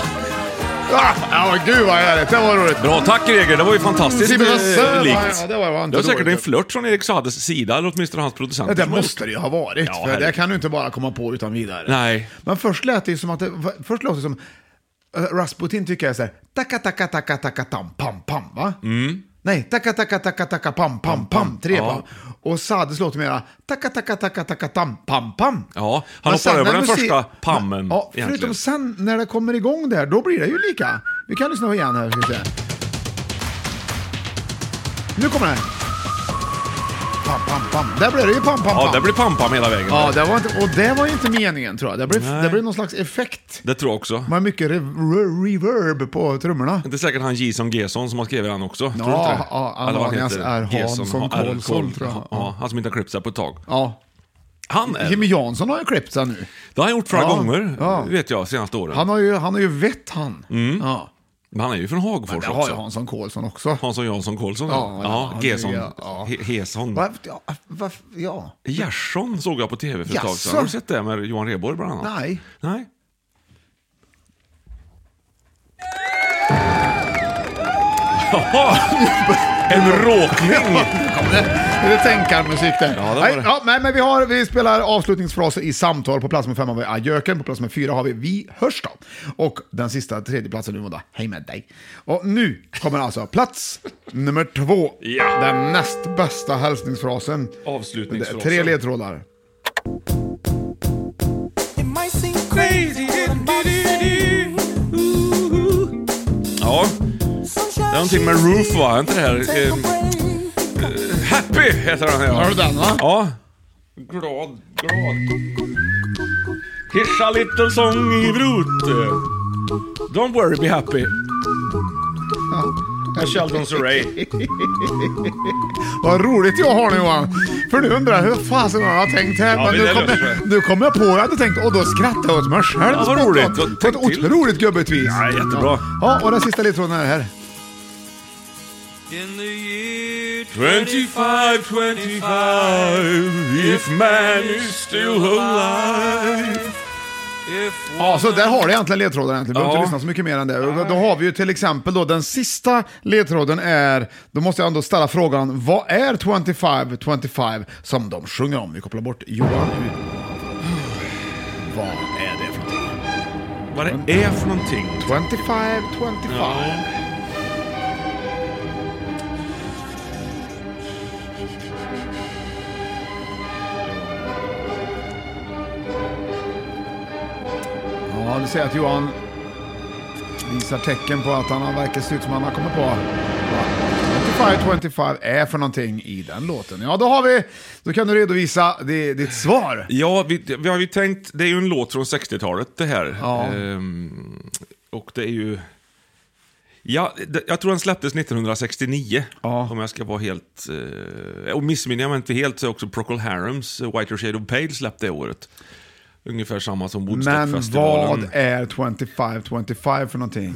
[SPEAKER 2] Ah, Ja, men gud vad härligt. Det var roligt.
[SPEAKER 3] Bra, tack Greger. Det var ju fantastiskt
[SPEAKER 2] Sibbe,
[SPEAKER 3] eh,
[SPEAKER 2] vad söt.
[SPEAKER 3] likt.
[SPEAKER 2] Ja, ja, det var- var inte
[SPEAKER 3] det var säkert
[SPEAKER 2] dåligt.
[SPEAKER 3] en flört från Erik Saades sida, eller åtminstone hans producent.
[SPEAKER 2] Ja, det måste det ju ha varit,
[SPEAKER 3] Ja,
[SPEAKER 2] för det
[SPEAKER 3] herregud.
[SPEAKER 2] kan du inte bara komma på utan vidare.
[SPEAKER 3] Nej.
[SPEAKER 2] Men först lät det ju som att det, först låter det som eh, Rasputin tycker jag är så här, taka taka taka taka tam pam pam va? Nej, taka taka taka taka pam pam pam tre
[SPEAKER 3] Mm. Ja.
[SPEAKER 2] va? Och Sades låter mera taka taka taka taka tam pam pam.
[SPEAKER 3] Ja,
[SPEAKER 2] Men
[SPEAKER 3] han
[SPEAKER 2] sen
[SPEAKER 3] hoppar över
[SPEAKER 2] när
[SPEAKER 3] den
[SPEAKER 2] musi-
[SPEAKER 3] första pammen
[SPEAKER 2] Ja,
[SPEAKER 3] egentligen.
[SPEAKER 2] förutom sen när det kommer igång där, då blir det ju lika. Vi kan lyssna igen här ska vi se. Nu kommer den. Pam, pam, pam. Där blev det ju pam, pam,
[SPEAKER 3] Ja,
[SPEAKER 2] pam.
[SPEAKER 3] det blir pam-pam hela vägen.
[SPEAKER 2] Ja, det var inte, och det var ju inte meningen tror jag. Det blev,
[SPEAKER 3] Nej.
[SPEAKER 2] det blev någon slags effekt.
[SPEAKER 3] Det tror jag också.
[SPEAKER 2] Man har mycket re, re, reverb på trummorna.
[SPEAKER 3] Det är säkert han Jason Gesson som har skrivit den också. tror du
[SPEAKER 2] Ja,
[SPEAKER 3] inte det?
[SPEAKER 2] ja, han
[SPEAKER 3] Eller vad
[SPEAKER 2] Alias
[SPEAKER 3] heter?
[SPEAKER 2] R. Hansson
[SPEAKER 3] Gesson, ja, R.
[SPEAKER 2] Karlsson,
[SPEAKER 3] Karl-
[SPEAKER 2] tror jag.
[SPEAKER 3] Ja, han som inte har klippt sig på ett tag.
[SPEAKER 2] Ja.
[SPEAKER 3] Han är...
[SPEAKER 2] Jimmy Jansson har ju klippt sig nu.
[SPEAKER 3] Det har han gjort flera
[SPEAKER 2] Ja,
[SPEAKER 3] gånger,
[SPEAKER 2] ja.
[SPEAKER 3] vet jag, senaste åren.
[SPEAKER 2] Han har ju, han har ju vett han.
[SPEAKER 3] Mm.
[SPEAKER 2] Ja.
[SPEAKER 3] Men han är ju från Hagfors
[SPEAKER 2] Det har ju
[SPEAKER 3] också.
[SPEAKER 2] Hansson Karlsson också.
[SPEAKER 3] Hansson Jansson Karlsson.
[SPEAKER 2] Ja,
[SPEAKER 3] Ja,
[SPEAKER 2] ja, han är ju-
[SPEAKER 3] Gesson.
[SPEAKER 2] ja.
[SPEAKER 3] He- Hesson.
[SPEAKER 2] Varför, ja, varför, ja.
[SPEAKER 3] Gerson såg jag på tv för ett tag
[SPEAKER 2] Jaså?
[SPEAKER 3] sedan. Har du sett det med Johan Rheborg bland annat?
[SPEAKER 2] Nej.
[SPEAKER 3] Nej. Jaha! En råkning!
[SPEAKER 2] Är det tänkarmusik där?
[SPEAKER 3] Ja, det var
[SPEAKER 2] Nej,
[SPEAKER 3] det.
[SPEAKER 2] ja, men, men vi, har, vi spelar avslutningsfraser i samtal. På plats med fem har vi adjöken, på plats med fyra har vi vi hörs då. Och den sista tredjeplatsen nu var då hej med dig. Och nu kommer alltså plats nummer två.
[SPEAKER 3] Ja.
[SPEAKER 2] Den näst bästa hälsningsfrasen.
[SPEAKER 3] Avslutningsfrasen.
[SPEAKER 2] Tre ledtrådar.
[SPEAKER 4] It might seem crazy, what I'm about to say.
[SPEAKER 3] Ja, det är någonting med Roof va? Är inte det här... Eh, eh, happy heter den här.
[SPEAKER 2] Har du den, va?
[SPEAKER 3] Ja. Glad, glad. Here's a little song i vrut. Don't worry, be happy. Med Sheldon Surrey.
[SPEAKER 2] Vad roligt jag har nu Johan. För nu undrar jag hur fasen har jag tänkt här? men
[SPEAKER 3] Ja, men
[SPEAKER 2] nu
[SPEAKER 3] det
[SPEAKER 2] kom,
[SPEAKER 3] löser
[SPEAKER 2] jag-
[SPEAKER 3] sig.
[SPEAKER 2] nu kom jag på vad jag hade tänkt och då skrattade jag åt mig själv.
[SPEAKER 3] Ja, vad
[SPEAKER 2] spontant.
[SPEAKER 3] roligt.
[SPEAKER 2] På ett
[SPEAKER 3] Tänk till.
[SPEAKER 2] otroligt gubbigt vis.
[SPEAKER 3] Ja, jättebra.
[SPEAKER 2] Ja, och den sista ledtråden är här.
[SPEAKER 3] 25, 25, if man is still alive.
[SPEAKER 2] Ja, så där har du egentligen ledtrådar egentligen. Du behöver
[SPEAKER 3] Ja.
[SPEAKER 2] inte lyssna så mycket mer än det. Och Då, då har vi ju till exempel då den sista ledtråden är, då måste jag ändå ställa frågan, vad är 25 25 som de sjunger om? Vi kopplar bort Johan ut. Vad är det för någonting?
[SPEAKER 3] Vad det är för någonting.
[SPEAKER 2] 25 25.
[SPEAKER 3] Ja.
[SPEAKER 2] Ja, du ser jag att Johan visar tecken på att han verkar se ut som han har kommit på vad 2525 är för någonting i den låten. Ja, då har vi, då kan du redovisa di- ditt svar.
[SPEAKER 3] Ja, vi, vi har ju tänkt, det är ju en låt från 60-talet det här.
[SPEAKER 2] Ja.
[SPEAKER 3] Ehm, och det är ju... Ja, det, jag tror den släpptes 1969, om jag ska vara helt... Eh, och missminner jag mig inte helt så är också Procol Harums eh, Whiter Shade of Pale släppt det året. Ungefär samma som
[SPEAKER 2] Men
[SPEAKER 3] Woodstockfestivalen.
[SPEAKER 2] vad är 2525 för någonting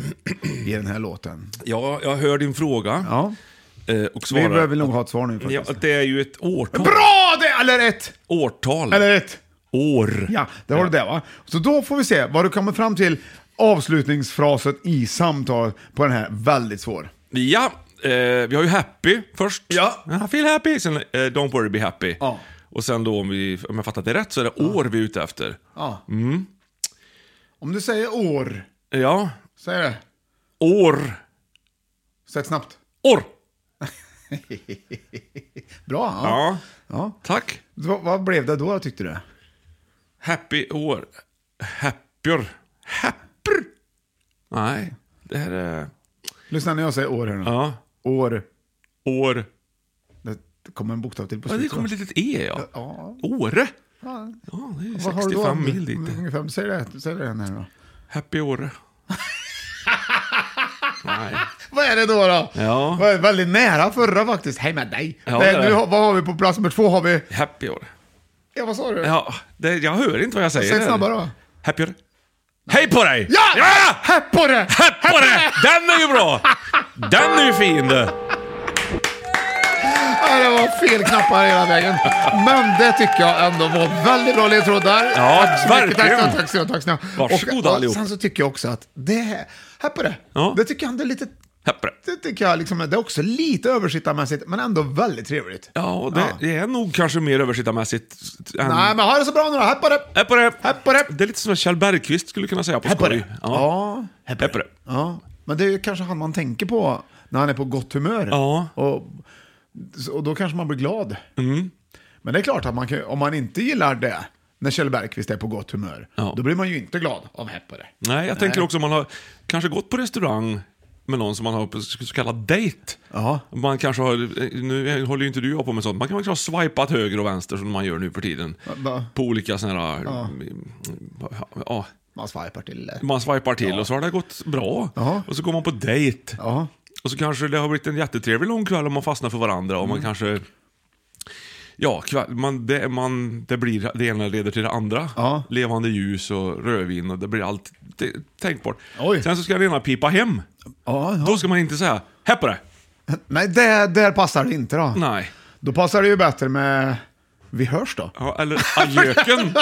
[SPEAKER 2] i den här låten?
[SPEAKER 3] Ja, jag hör din fråga. Eh, och
[SPEAKER 2] Vi
[SPEAKER 3] svarar...
[SPEAKER 2] behöver nog ha ett svar nu faktiskt.
[SPEAKER 3] ja, det är ju ett årtal.
[SPEAKER 2] Bra! Det, eller ett!
[SPEAKER 3] Årtal.
[SPEAKER 2] Eller ett!
[SPEAKER 3] År.
[SPEAKER 2] Ja, det var det där va? Så då får vi se vad du kommer fram till avslutningsfrasen i samtal på den här väldigt svår.
[SPEAKER 3] Ja, eh, vi har ju happy först. Ja. I feel happy. Sen eh, don't worry, be happy. Och sen då, om, vi, om jag fattat det rätt, så är det år vi är ute efter.
[SPEAKER 2] Ja.
[SPEAKER 3] Mm.
[SPEAKER 2] Om du säger år,
[SPEAKER 3] Ja.
[SPEAKER 2] säg det.
[SPEAKER 3] År.
[SPEAKER 2] Säg det snabbt.
[SPEAKER 3] År!
[SPEAKER 2] Bra.
[SPEAKER 3] Ja.
[SPEAKER 2] Ja. Ja.
[SPEAKER 3] Tack.
[SPEAKER 2] Vad, vad blev det då tyckte du?
[SPEAKER 3] Happy år. Happier. Happer. Nej, det här är...
[SPEAKER 2] Lyssna när jag säger år här nu.
[SPEAKER 3] Ja.
[SPEAKER 2] År.
[SPEAKER 3] År.
[SPEAKER 2] Det kommer en bokstav till på
[SPEAKER 3] Ja, det
[SPEAKER 2] slutet.
[SPEAKER 3] kommer ett litet E, ja.
[SPEAKER 2] Ja.
[SPEAKER 3] Åre.
[SPEAKER 2] Ja.
[SPEAKER 3] Ja, det är
[SPEAKER 2] Vad har du då? Mm.
[SPEAKER 3] 65 mil dit.
[SPEAKER 2] Ungefär, säg det, säg det här nu då.
[SPEAKER 3] Happy Åre. Nej.
[SPEAKER 2] Vad är det då då?
[SPEAKER 3] Ja.
[SPEAKER 2] Vad är- Väldigt nära förra faktiskt. Hej med dig.
[SPEAKER 3] Ja,
[SPEAKER 2] Nej,
[SPEAKER 3] det är
[SPEAKER 2] nu,
[SPEAKER 3] det.
[SPEAKER 2] har- vad har vi på plats nummer två? Har vi...
[SPEAKER 3] Happy Åre.
[SPEAKER 2] Ja, vad sa du?
[SPEAKER 3] Ja, det, jag hör inte vad jag säger.
[SPEAKER 2] Säg
[SPEAKER 3] där.
[SPEAKER 2] snabbare då.
[SPEAKER 3] Happy Åre. Hej på dig!
[SPEAKER 2] Ja!
[SPEAKER 3] ja!
[SPEAKER 2] Häpp på det!
[SPEAKER 3] Häpp på det! Den är ju bra! Den är ju fin du!
[SPEAKER 2] Ja, det var fel knappar hela vägen. Men det tycker jag ändå var väldigt bra ledtrådar.
[SPEAKER 3] Ja,
[SPEAKER 2] tack så mycket. Tack,
[SPEAKER 3] verkligen.
[SPEAKER 2] tack, tack, tack, tack, tack.
[SPEAKER 3] Varsågoda
[SPEAKER 2] och, och,
[SPEAKER 3] allihop.
[SPEAKER 2] Sen så tycker jag också att det här, här på det. Det tycker jag ändå är lite... Det tycker jag liksom, det är också lite översittarmässigt, men ändå väldigt trevligt.
[SPEAKER 3] Ja, och det, det är nog kanske mer översittarmässigt. än-
[SPEAKER 2] Nej, men ha det så bra nu då. Hepp på det!
[SPEAKER 3] Hepp på det! Det är lite som Kjell Bergqvist skulle kunna säga på
[SPEAKER 2] Hepp på
[SPEAKER 3] skoj.
[SPEAKER 2] det.
[SPEAKER 3] Ja,
[SPEAKER 2] hepp på det. Ja, men det är ju kanske han man tänker på när han är på gott humör. Ja. Och, och då kanske man blir glad.
[SPEAKER 3] Mm.
[SPEAKER 2] Men det är klart att man kan, om man inte gillar det, när Kjell Bergqvist är på gott humör, då blir man ju inte glad av hepp på det.
[SPEAKER 3] Nej, jag tänker också om man har kanske gått på restaurang med någon som man har på så kallad dejt. Man kanske har, nu håller ju inte du och jag på med sånt, man kan kanske ha swipat höger och vänster som man gör nu för tiden.
[SPEAKER 2] Va?
[SPEAKER 3] På olika sådana här...
[SPEAKER 2] Ja.
[SPEAKER 3] Ja.
[SPEAKER 2] Man swipar till det.
[SPEAKER 3] Man swipar till och så har det gått bra. Och så går man på dejt. Och så kanske det har blivit en jättetrevlig lång kväll om man fastnar för varandra och man kanske... Ja, kväll, man, det, man, det, blir, det ena leder till det andra. Levande ljus och rödvin och det blir allt det, tänkbart. Sen så ska den ena pipa hem. Då ska man inte säga här på det.
[SPEAKER 2] Nej, där, där passar det inte då.
[SPEAKER 3] Nej.
[SPEAKER 2] Då passar det ju bättre med Vi hörs då.
[SPEAKER 3] Ja, eller adjöken.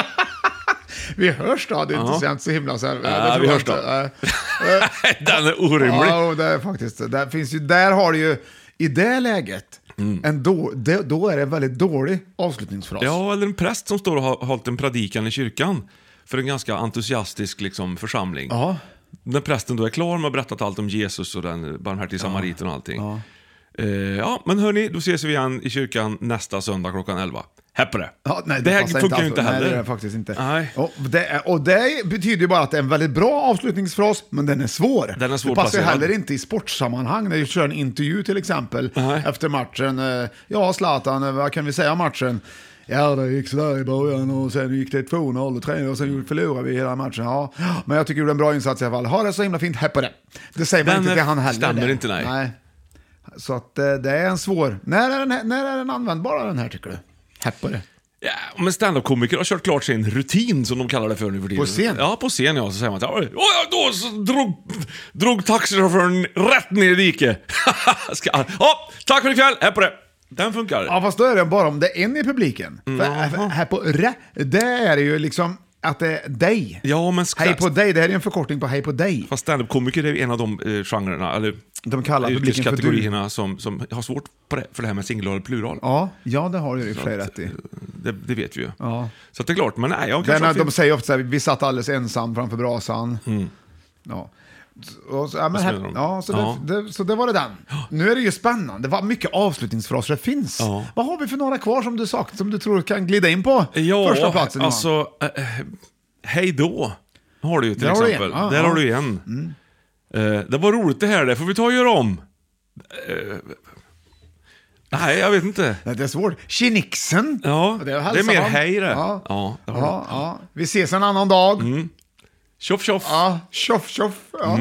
[SPEAKER 2] Vi hörs då, det är inte
[SPEAKER 3] Ja.
[SPEAKER 2] sent så himla så här.
[SPEAKER 3] Ja,
[SPEAKER 2] det tror
[SPEAKER 3] vi
[SPEAKER 2] jag
[SPEAKER 3] hörs
[SPEAKER 2] inte.
[SPEAKER 3] då.
[SPEAKER 2] Nej.
[SPEAKER 3] Den är orimlig.
[SPEAKER 2] Ja, och det är faktiskt. Där, finns ju, där har du ju, i det läget, en då, det, då är det en väldigt dålig avslutningsfras.
[SPEAKER 3] Ja, eller en präst som står och har hållit en predikan i kyrkan för en ganska entusiastisk liksom, församling.
[SPEAKER 2] Ja.
[SPEAKER 3] När prästen då är klar med att ha berättat allt om Jesus och den barmhärtige samariten och allting. Ja. ja, men hörni, då ses vi igen i kyrkan nästa söndag klockan 11. Häpp på det!
[SPEAKER 2] Ja, nej,
[SPEAKER 3] det här
[SPEAKER 2] passar
[SPEAKER 3] funkar ju
[SPEAKER 2] alls.
[SPEAKER 3] inte
[SPEAKER 2] Nej,
[SPEAKER 3] heller.
[SPEAKER 2] det är det faktiskt inte. Och, det är, och det betyder ju bara att det är en väldigt bra avslutningsfras, men den är svår.
[SPEAKER 3] Den är
[SPEAKER 2] det passar ju
[SPEAKER 3] svårplacerad.
[SPEAKER 2] heller inte i sportsammanhang, när du kör en intervju till exempel efter matchen. Eh, Ja, Zlatan, eh, vad kan vi säga om matchen? Ja, det gick sådär i början och sen gick det 2-0 och 3-0 och sen förlorade vi hela matchen. Ja, men jag tycker du gjorde en bra insats i alla fall. Ha det så himla fint, hepp på det. Det säger man
[SPEAKER 3] Den
[SPEAKER 2] inte till han heller.
[SPEAKER 3] stämmer
[SPEAKER 2] det.
[SPEAKER 3] inte, nej.
[SPEAKER 2] Så att eh, det är en svår... När är den, här- när är den användbar den här tycker du? Hepp på det.
[SPEAKER 3] Ja, men standup-komiker har kört klart sin rutin som de kallar det för nu för tiden.
[SPEAKER 2] På scen?
[SPEAKER 3] Ja, på scen ja. Så säger man att "Oj, oj, ja, då så drog, drog taxichauffören rätt ner i diket. Ska- ja, tack för ikväll, här på det. Den funkar.
[SPEAKER 2] Ja, fast då är det bara om det är en i publiken. För
[SPEAKER 3] Mm.
[SPEAKER 2] här- här på re, det är det ju liksom att det är dig.
[SPEAKER 3] Ja, men
[SPEAKER 2] Hej på dig, det här är en förkortning på hej på dig.
[SPEAKER 3] Fast standup-komiker är ju en av de eh, genrerna, eller
[SPEAKER 2] De kallar publiken för
[SPEAKER 3] yrkeskategorierna som, som har svårt på det, för det här med singular och plural.
[SPEAKER 2] Ja, ja det har du i och för sig
[SPEAKER 3] Så att,
[SPEAKER 2] rätt i.
[SPEAKER 3] Det, det vet vi ju.
[SPEAKER 2] Ja.
[SPEAKER 3] Så att det är klart, men nej, jag kanske
[SPEAKER 2] Denna,
[SPEAKER 3] har fel.
[SPEAKER 2] de säger ofta så här, vi satt alldeles ensam framför brasan. Ja. Och så, ja, men
[SPEAKER 3] Mm. Vad
[SPEAKER 2] här,
[SPEAKER 3] menar de?
[SPEAKER 2] ja, så,
[SPEAKER 3] Ja.
[SPEAKER 2] Det, det, så det var det den. Nu är det ju spännande, vad mycket avslutningsfraser det finns. Vad har vi för några kvar som du sagt, som du tror kan glida in på
[SPEAKER 3] Ja,
[SPEAKER 2] första platsen? Johan?
[SPEAKER 3] alltså, eh, eh, hej då har du ju till
[SPEAKER 2] Där har du
[SPEAKER 3] exempel.
[SPEAKER 2] en, ja,
[SPEAKER 3] Där
[SPEAKER 2] ja. Mm.
[SPEAKER 3] har du en. Eh, det var roligt det här, det får vi ta och göra om. Eh, nej, jag vet inte.
[SPEAKER 2] Nej, Det är svårt. Kinixen.
[SPEAKER 3] Ja,
[SPEAKER 2] Det
[SPEAKER 3] det
[SPEAKER 2] är
[SPEAKER 3] är,
[SPEAKER 2] hälsa
[SPEAKER 3] mer
[SPEAKER 2] man.
[SPEAKER 3] hej det.
[SPEAKER 2] Ja.
[SPEAKER 3] det har Mm.
[SPEAKER 2] Ja, ja. Vi ses en annan dag.
[SPEAKER 3] Tjoff tjoff.
[SPEAKER 2] Ja, tjoff tjoff. Ja.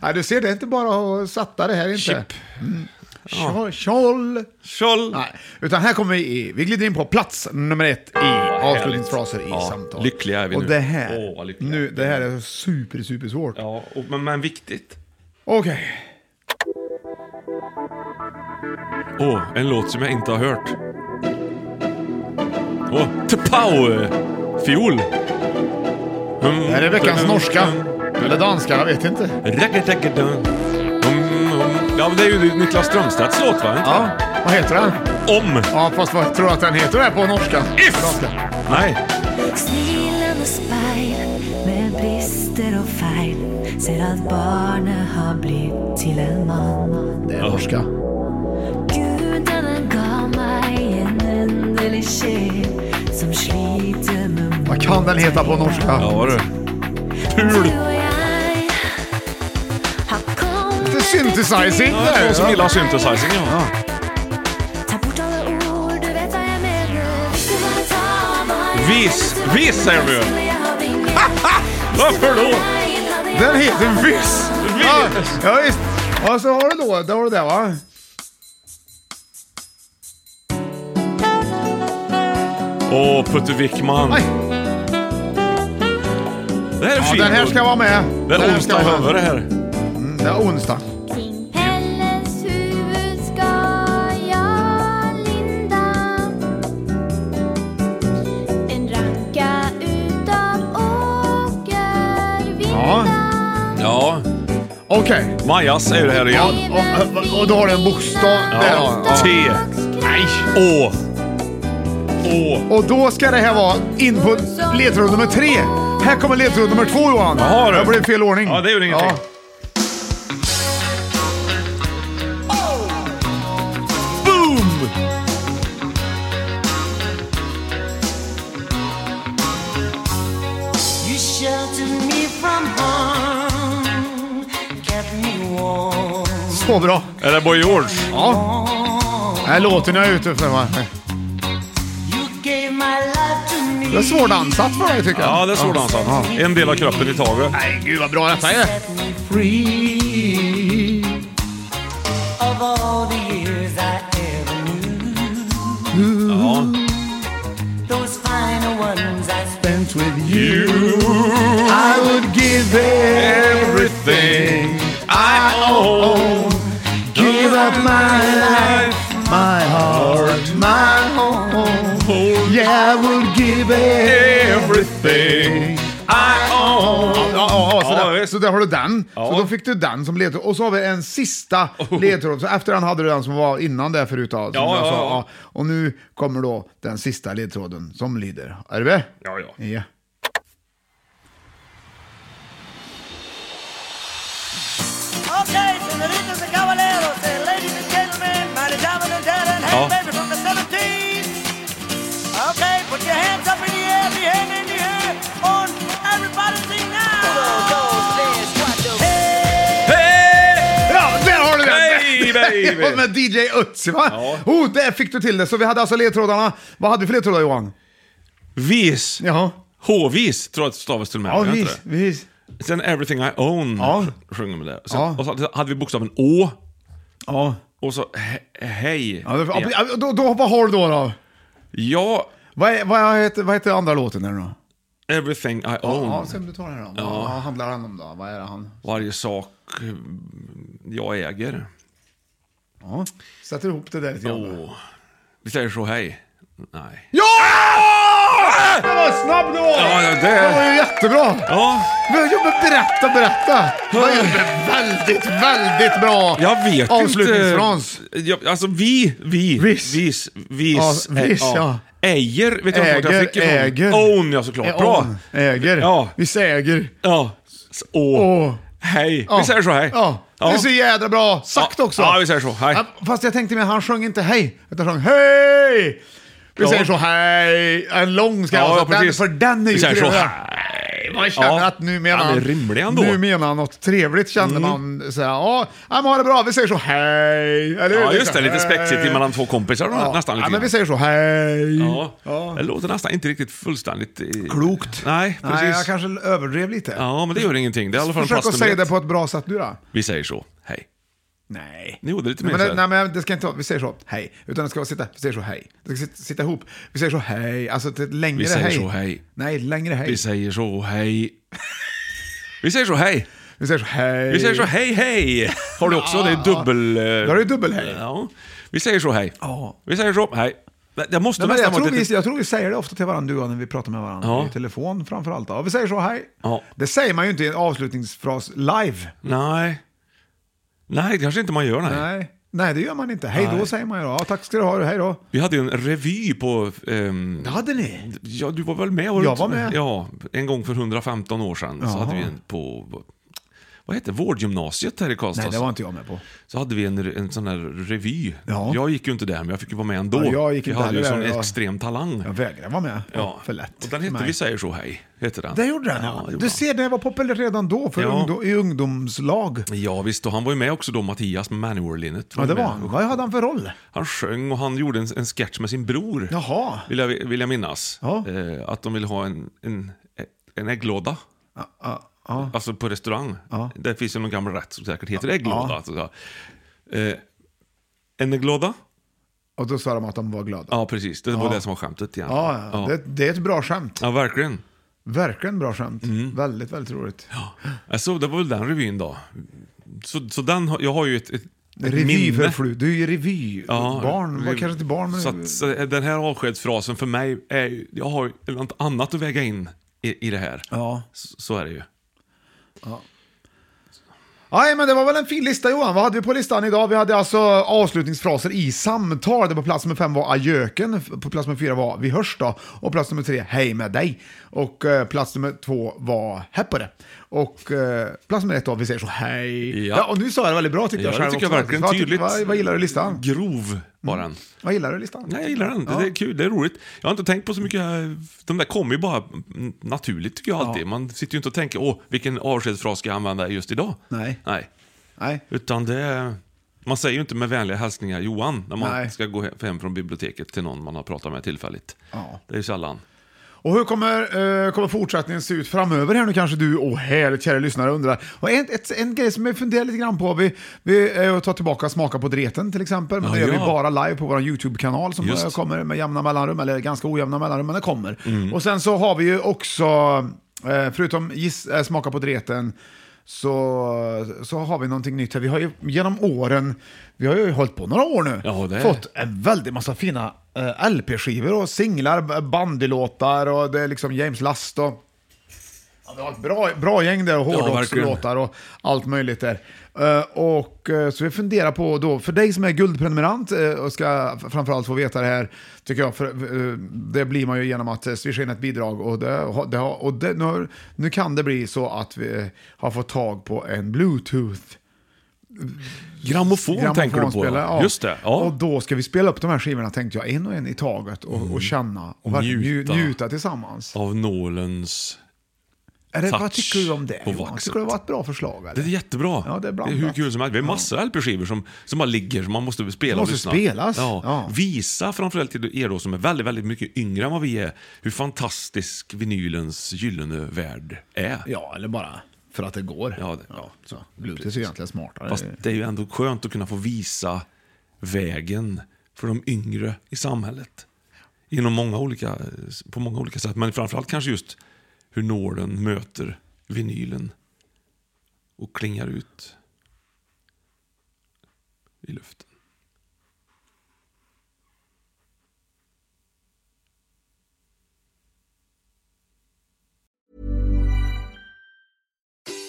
[SPEAKER 2] Nej, du ser, det är inte bara att sätta det här inte.
[SPEAKER 3] Mm. Chip.
[SPEAKER 2] Mm. Tjoll. Tjoll.
[SPEAKER 3] Tjoll.
[SPEAKER 2] Nej, utan här kommer vi i, vi glider in på plats nummer ett i
[SPEAKER 3] härligt.
[SPEAKER 2] avslutningsfraser i
[SPEAKER 3] Ja,
[SPEAKER 2] samtal.
[SPEAKER 3] lyckliga är vi
[SPEAKER 2] Och
[SPEAKER 3] nu.
[SPEAKER 2] det här,
[SPEAKER 3] Åh, vad lyckliga.
[SPEAKER 2] nu, det här är super, super svårt.
[SPEAKER 3] Ja, och, men, men viktigt.
[SPEAKER 2] Okej.
[SPEAKER 3] Åh, en låt som jag inte har hört. Åh, oh, Tepau! Fiol. Mm,
[SPEAKER 2] Det här är veckans norska. Eller danska, jag vet inte.
[SPEAKER 3] Raggartaggardan. Mm, mm. Ja, men det är ju Niklas Strömstedts låt, va? Inte?
[SPEAKER 2] Ja, vad heter den?
[SPEAKER 3] Om.
[SPEAKER 2] Ja, fast vad tror du att den heter där på norska?
[SPEAKER 3] If! Nej.
[SPEAKER 13] Snilende speil med brister och feil ser att barnet har blivit till en man.
[SPEAKER 2] Det är norska.
[SPEAKER 13] Gudene gav mig en underlig själ som sliter med
[SPEAKER 2] Vad kan den heta på norska? Ja,
[SPEAKER 3] du.
[SPEAKER 2] Pul.
[SPEAKER 13] Lite
[SPEAKER 2] synthesizing
[SPEAKER 3] Ja, det är någon som gillar synthesizing, ja.
[SPEAKER 13] Ta bort alla ord, du vet vad jag menar. Visste vad jag sa, vad jag
[SPEAKER 3] Vis. Vis, säger de ju.
[SPEAKER 13] ville, jag hade ingen
[SPEAKER 3] Varför då?
[SPEAKER 2] Den heter Viss. Ja, ja visst. Ja, så har du då, då har du det va?
[SPEAKER 3] Åh, Putte Wickman.
[SPEAKER 2] Aj.
[SPEAKER 3] Det här är en
[SPEAKER 2] Ja,
[SPEAKER 3] fin
[SPEAKER 2] den här
[SPEAKER 3] låt.
[SPEAKER 2] ska vara med.
[SPEAKER 3] Det
[SPEAKER 2] Den här
[SPEAKER 3] är
[SPEAKER 2] ska
[SPEAKER 3] onsdag i
[SPEAKER 2] vara
[SPEAKER 3] huvudet
[SPEAKER 2] med.
[SPEAKER 3] det här.
[SPEAKER 2] Mm, det är onsdag.
[SPEAKER 13] Kring Pelles huvud ska jag linda En racka utav åkervinda
[SPEAKER 3] Ja.
[SPEAKER 2] Okej, Okej.
[SPEAKER 3] Majas är det här igen.
[SPEAKER 2] Och, och då har du en bokstav där.
[SPEAKER 3] Ja. T. Nej. Å.
[SPEAKER 2] Och då ska det här vara in på ledtråd nummer tre. Här kommer ledtråd nummer två Johan.
[SPEAKER 3] Jaha, du.
[SPEAKER 2] det blev fel ordning.
[SPEAKER 3] Ja, det gjorde ingenting. Boom!
[SPEAKER 4] You sheltered me from harm, kept me warm.
[SPEAKER 2] Så bra.
[SPEAKER 3] Är det Boy George?
[SPEAKER 2] Ja. Här låten jag är ute för. va?
[SPEAKER 4] You gave my life to me.
[SPEAKER 2] Det är svårdansat för dig tycker jag.
[SPEAKER 3] Ja, det är svårdansat. En del av kroppen i taget.
[SPEAKER 2] Nej, gud vad bra detta är.
[SPEAKER 4] Free of all the years I ever knew.
[SPEAKER 3] Ja.
[SPEAKER 4] Those final ones I spent.
[SPEAKER 2] Spent with you I would give everything I own Give up my life, my heart, my home Yeah, I would give everything I own Ja, ja, ja, så,
[SPEAKER 3] Ja,
[SPEAKER 2] där,
[SPEAKER 3] visst.
[SPEAKER 2] så där har du den. Så då fick du den som ledtråd. Och så har vi en sista ledtråd. Så efter den hade du den som var innan där förut. då, Som
[SPEAKER 3] Oh. Ja,
[SPEAKER 2] jag
[SPEAKER 3] ja,
[SPEAKER 2] sa. Ja.
[SPEAKER 3] ja.
[SPEAKER 2] Och nu kommer då den sista ledtråden som lyder. Är du med?
[SPEAKER 3] Ja, ja.
[SPEAKER 2] Ja.
[SPEAKER 4] Okay, senoritas and caballeros, and ladies and gentlemen, meine Damen und Herren, hey
[SPEAKER 3] Ja.
[SPEAKER 4] baby from the 70s. Okay, put your hands up in the air, the hand in the air, on everybody sing now.
[SPEAKER 2] Ja, där har du den!
[SPEAKER 3] Hey, baby!
[SPEAKER 2] Det var med DJ Ötzi va? Oh, där fick du till det. Så vi hade alltså ledtrådarna. Vad hade vi för ledtrådar Johan?
[SPEAKER 3] Vis.
[SPEAKER 2] Jaha.
[SPEAKER 3] H-vis tror jag att det stavas till och med.
[SPEAKER 2] Ja,
[SPEAKER 3] gör det inte
[SPEAKER 2] vis, vis.
[SPEAKER 3] det? Sen Everything I Own
[SPEAKER 2] Ja.
[SPEAKER 3] sjunger man där. Sen,
[SPEAKER 2] Ja.
[SPEAKER 3] Och så hade vi bokstaven Å.
[SPEAKER 2] Ja.
[SPEAKER 3] Och så he- Hej.
[SPEAKER 2] Ja, det- ja, då, då, vad har du då? då?
[SPEAKER 3] Ja,
[SPEAKER 2] Vad, är, vad, heter, vad heter andra låten där då?
[SPEAKER 3] Everything I Own.
[SPEAKER 2] Ja, sen du tar den här då.
[SPEAKER 3] Ja.
[SPEAKER 2] Vad handlar han om då? Vad är det han?
[SPEAKER 3] Varje sak mm, jag äger.
[SPEAKER 2] Ja. Sätter ihop det där lite grann.
[SPEAKER 3] Åh. Vi säger så hej. Nej.
[SPEAKER 2] Ja! Det var snabb du var!
[SPEAKER 3] Ja, ja, det-
[SPEAKER 2] var ju jättebra!
[SPEAKER 3] Ja,
[SPEAKER 2] Men, ja, men berätta, berätta! Det var ju väldigt, väldigt bra
[SPEAKER 3] jag vet
[SPEAKER 2] avslutningsfrans.
[SPEAKER 3] inte. Jag, alltså vi, vi,
[SPEAKER 2] Vis.
[SPEAKER 3] vis, vis,
[SPEAKER 2] Ja,
[SPEAKER 3] ä-
[SPEAKER 2] vis, ja.
[SPEAKER 3] Äger vet jag inte vart jag fick
[SPEAKER 2] Äger,
[SPEAKER 3] ifrån.
[SPEAKER 2] äger.
[SPEAKER 3] Own, ja såklart.
[SPEAKER 2] Ä-
[SPEAKER 3] Bra.
[SPEAKER 2] on. Äger.
[SPEAKER 3] Ja.
[SPEAKER 2] Vi säger.
[SPEAKER 3] Ja. S- Åh.
[SPEAKER 2] Åh.
[SPEAKER 3] Hej.
[SPEAKER 2] Ja.
[SPEAKER 3] Vi säger så hej.
[SPEAKER 2] Ja. Det är så jädra bra sagt
[SPEAKER 3] Ja.
[SPEAKER 2] också.
[SPEAKER 3] Ja, vi säger så. Hej.
[SPEAKER 2] Ja, Fast jag tänkte mig, han sjöng inte hej, utan han sjöng hej! Vi
[SPEAKER 3] Ja.
[SPEAKER 2] säger så hej. En lång ska jag
[SPEAKER 3] Ja,
[SPEAKER 2] ha,
[SPEAKER 3] ja,
[SPEAKER 2] så den-
[SPEAKER 3] precis.
[SPEAKER 2] för den är ju
[SPEAKER 3] Vi säger så
[SPEAKER 2] trevlig.
[SPEAKER 3] hej.
[SPEAKER 2] Man känner
[SPEAKER 3] Ja.
[SPEAKER 2] att nu menar
[SPEAKER 3] Ja, det är
[SPEAKER 2] han,
[SPEAKER 3] rimlig ändå. Mm.
[SPEAKER 2] nu menar han något trevligt kände man. Så här, ja, ja, men ha det bra, vi säger så hej. Eller,
[SPEAKER 3] Ja,
[SPEAKER 2] hur?
[SPEAKER 3] just det. Lite
[SPEAKER 2] Hej.
[SPEAKER 3] spexigt mellan två kompisar
[SPEAKER 2] Eh, Ja.
[SPEAKER 3] nästan. Lite
[SPEAKER 2] ja, men vi
[SPEAKER 3] grann.
[SPEAKER 2] säger så hej.
[SPEAKER 3] Ja. Det låter nästan inte riktigt fullständigt... eh,
[SPEAKER 2] Klokt.
[SPEAKER 3] Nej, precis.
[SPEAKER 2] Nej, jag kanske överdrev lite.
[SPEAKER 3] Ja, men det gör ingenting. Det är i alla fall en
[SPEAKER 2] Försök att säga
[SPEAKER 3] plastnummer
[SPEAKER 2] det
[SPEAKER 3] ett.
[SPEAKER 2] på ett bra sätt du då.
[SPEAKER 3] Vi säger så. Hej.
[SPEAKER 2] Nej.
[SPEAKER 3] Ni gjorde lite
[SPEAKER 2] Nej
[SPEAKER 3] mer
[SPEAKER 2] men,
[SPEAKER 3] så här.
[SPEAKER 2] det, nej men det ska inte vara, vi säger så, hej. Utan det ska vara sitta, vi säger så hej. Det ska sitta, sitta ihop, vi säger så hej. Alltså till ett längre
[SPEAKER 3] Vi säger
[SPEAKER 2] hej.
[SPEAKER 3] så hej.
[SPEAKER 2] Nej, längre hej.
[SPEAKER 3] Vi säger så hej. Vi säger så hej.
[SPEAKER 2] Vi säger så hej.
[SPEAKER 3] Vi säger så hej hej. Har du också? Det är dubbel... eh,
[SPEAKER 2] Då är det dubbel hej.
[SPEAKER 3] Ja. Vi säger så hej.
[SPEAKER 2] Ja.
[SPEAKER 3] Vi säger så hej. Det- Det måste
[SPEAKER 2] Nej, men
[SPEAKER 3] nästan
[SPEAKER 2] jag,
[SPEAKER 3] vara
[SPEAKER 2] tror
[SPEAKER 3] ett
[SPEAKER 2] vi,
[SPEAKER 3] litet...
[SPEAKER 2] jag tror vi säger det ofta till varandra du och jag, när vi pratar med varandra.
[SPEAKER 3] Ja.
[SPEAKER 2] I telefon framförallt. Ja, vi säger så hej.
[SPEAKER 3] Ja.
[SPEAKER 2] Det säger man ju inte i en avslutningsfras live.
[SPEAKER 3] Nej. Nej, det kanske inte man gör. Nej.
[SPEAKER 2] Nej. Nej, det gör man inte. Hej då
[SPEAKER 3] Nej.
[SPEAKER 2] säger man ju då. Ja, tack ska du ha, hej då.
[SPEAKER 3] Vi hade ju en revy på... ehm,
[SPEAKER 2] Det hade ni.
[SPEAKER 3] Ja, du var väl med? Var du
[SPEAKER 2] Jag
[SPEAKER 3] inte?
[SPEAKER 2] var med.
[SPEAKER 3] Ja, en gång för 115 år sedan så
[SPEAKER 2] Jaha.
[SPEAKER 3] hade vi en på... Vad hette det? Vårdgymnasiet här i Karlstad.
[SPEAKER 2] Nej, det var inte jag med på.
[SPEAKER 3] Så hade vi en, en sån här revy.
[SPEAKER 2] Ja.
[SPEAKER 3] Jag gick ju inte där, men jag fick ju vara med ändå.
[SPEAKER 2] Ja, jag gick inte
[SPEAKER 3] hade ju
[SPEAKER 2] heller
[SPEAKER 3] sån
[SPEAKER 2] där, jag-
[SPEAKER 3] extrem talang.
[SPEAKER 2] Jag vägrar vara med.
[SPEAKER 3] Ja.
[SPEAKER 2] För lätt.
[SPEAKER 3] Och den
[SPEAKER 2] för
[SPEAKER 3] hette
[SPEAKER 2] mig.
[SPEAKER 3] Vi säger så hej. Hette den.
[SPEAKER 2] Det gjorde den ja.
[SPEAKER 3] det gjorde
[SPEAKER 2] Du ser, det var populärt redan då för
[SPEAKER 3] Ja.
[SPEAKER 2] ungdom, i ungdomslag.
[SPEAKER 3] den. ja visst, och han var ju med också då, Mattias med Manowar-linnet.
[SPEAKER 2] Ja, det
[SPEAKER 3] ju
[SPEAKER 2] var
[SPEAKER 3] med.
[SPEAKER 2] han. Vad hade han för roll?
[SPEAKER 3] Han sjöng och han gjorde en, en sketch med sin bror.
[SPEAKER 2] Jaha.
[SPEAKER 3] Vill jag, vill jag minnas.
[SPEAKER 2] Ja.
[SPEAKER 3] Eh, att de ville ha en, en, en ägglåda.
[SPEAKER 2] Ja, ja.
[SPEAKER 3] Alltså på restaurang.
[SPEAKER 2] Ja.
[SPEAKER 3] Det finns ju någon gammal rätt som säkert heter ägglåda. Alltså, så. Eh, en ägglåda?
[SPEAKER 2] Och då sa de att de var glada. Ja,
[SPEAKER 3] Ja, precis. Det var det som var skämtet igen.
[SPEAKER 2] ja, Det, det är ett bra skämt.
[SPEAKER 3] ja verkligen.
[SPEAKER 2] Verkligen bra skämt. Väldigt, väldigt roligt.
[SPEAKER 3] Alltså, det var väl den revyn då. Så, så den, har- jag har ju ett, ett, ett minne.
[SPEAKER 2] Revyförflutet. Du är ju revy. barn.
[SPEAKER 3] rev-
[SPEAKER 2] Var, kanske inte barn, men...
[SPEAKER 3] Så, att, så eh, den här avskedsfrasen för mig, är, ju- jag har ju något annat att väga in i, i det här.
[SPEAKER 2] Ja.
[SPEAKER 3] Så, så är det ju.
[SPEAKER 2] Nej, men det var väl en fin lista Johan. Vad hade vi på listan idag? Vi hade alltså avslutningsfraser i samtal. Där på plats nummer fem var ajöken, på plats nummer fyra var vi hörs då och plats nummer tre hej med dig och eh, plats nummer två var häpp på det. Och eh, plats nummer ett var vi säger så hej. Ja.
[SPEAKER 3] Ja.
[SPEAKER 2] och nu sa jag det väldigt bra tyckte
[SPEAKER 3] Ja,
[SPEAKER 2] jag
[SPEAKER 3] det
[SPEAKER 2] själv
[SPEAKER 3] tycker jag
[SPEAKER 2] också.
[SPEAKER 3] verkligen
[SPEAKER 2] vad, tyck-
[SPEAKER 3] tydligt.
[SPEAKER 2] Vad, vad gillar du i listan?
[SPEAKER 3] Grov var den.
[SPEAKER 2] Vad gillar du i listan?
[SPEAKER 3] Nej, jag gillar den. Det,
[SPEAKER 2] Ja.
[SPEAKER 3] det är kul, det är roligt. Jag har inte tänkt på så mycket. eh, De där kommer ju bara mm, naturligt tycker jag alltid. Man sitter ju inte och tänker, åh, vilken avskedsfras ska jag använda just idag?
[SPEAKER 2] Nej.
[SPEAKER 3] Nej.
[SPEAKER 2] Nej.
[SPEAKER 3] Utan det... Man säger ju inte med vänliga hälsningar Johan när man
[SPEAKER 2] Nej.
[SPEAKER 3] ska gå he- hem från biblioteket till någon man har pratat med tillfälligt.
[SPEAKER 2] Ja.
[SPEAKER 3] Det är ju sällan.
[SPEAKER 2] Och hur kommer, eh, kommer fortsättningen se ut framöver här nu kanske du och härligt kära lyssnare undrar. Och en, ett, en grej som jag funderar lite grann på, vi, vi eh, tar tillbaka Smaka på Dreten till exempel, men
[SPEAKER 3] Ja,
[SPEAKER 2] det gör vi
[SPEAKER 3] ja.
[SPEAKER 2] bara live på vår YouTube-kanal som
[SPEAKER 3] Just.
[SPEAKER 2] eh, kommer med jämna mellanrum, eller ganska ojämna mellanrum, men det kommer.
[SPEAKER 3] Mm.
[SPEAKER 2] Och sen så har vi ju också, eh, förutom giss, eh, Smaka på Dreten, så, så har vi någonting nytt här. Vi har ju genom åren, vi har ju hållit på några år nu,
[SPEAKER 3] det-
[SPEAKER 2] fått en väldig massa fina eh, LP-skivor och singlar, b- bandylåtar och det är liksom James Last och... Ja, vi har ett bra, bra gäng där och
[SPEAKER 3] Ja, verkligen.
[SPEAKER 2] hårdrockslåtar och allt möjligt där. Eh, och eh, så vi funderar på då, för dig som är guldprenumerant eh, och ska f- framförallt få veta det här, tycker jag, för, eh, det blir man ju genom att eh, swisha in ett bidrag och, det, har- det, har- och det, nu, har- nu kan det bli så att vi eh, har fått tag på en bluetooth
[SPEAKER 3] Grammofon, tänker du på?
[SPEAKER 2] Grammofonspelare,
[SPEAKER 3] Ja. Just det. Ja.
[SPEAKER 2] Och då ska vi spela upp de här skivorna tänkte jag, en och en i taget och, och känna och verkligen njuta.
[SPEAKER 3] Mm. Njuta.
[SPEAKER 2] njuta tillsammans.
[SPEAKER 3] Av nålens...
[SPEAKER 2] Är det, vad
[SPEAKER 3] Touch
[SPEAKER 2] tycker du om det?
[SPEAKER 3] på
[SPEAKER 2] Johan?
[SPEAKER 3] vaxet.
[SPEAKER 2] Tycker du det var ett bra förslag?
[SPEAKER 3] Det
[SPEAKER 2] Eller?
[SPEAKER 3] är jättebra.
[SPEAKER 2] Ja, det är blandat.
[SPEAKER 3] hur kul som helst. Vi har massa LP-skivor som, som bara ligger, som man måste spela
[SPEAKER 2] Som måste
[SPEAKER 3] och lyssna.
[SPEAKER 2] spelas.
[SPEAKER 3] Ja.
[SPEAKER 2] Ja.
[SPEAKER 3] Visa framförallt till er då som är väldigt, väldigt mycket yngre än vad vi är, hur fantastisk vinylens gyllene värld är.
[SPEAKER 2] Ja, eller bara för att det går.
[SPEAKER 3] Ja, det, ja.
[SPEAKER 2] Så, Bluetooth är ju egentligen smartare.
[SPEAKER 3] Fast det är ju ändå skönt att kunna få visa vägen för de yngre i samhället. Inom många olika, på många olika sätt, men framförallt kanske just hur nålen möter vinylen och klingar ut i luften.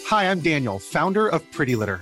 [SPEAKER 4] Hi, I'm Daniel, founder of Pretty Litter.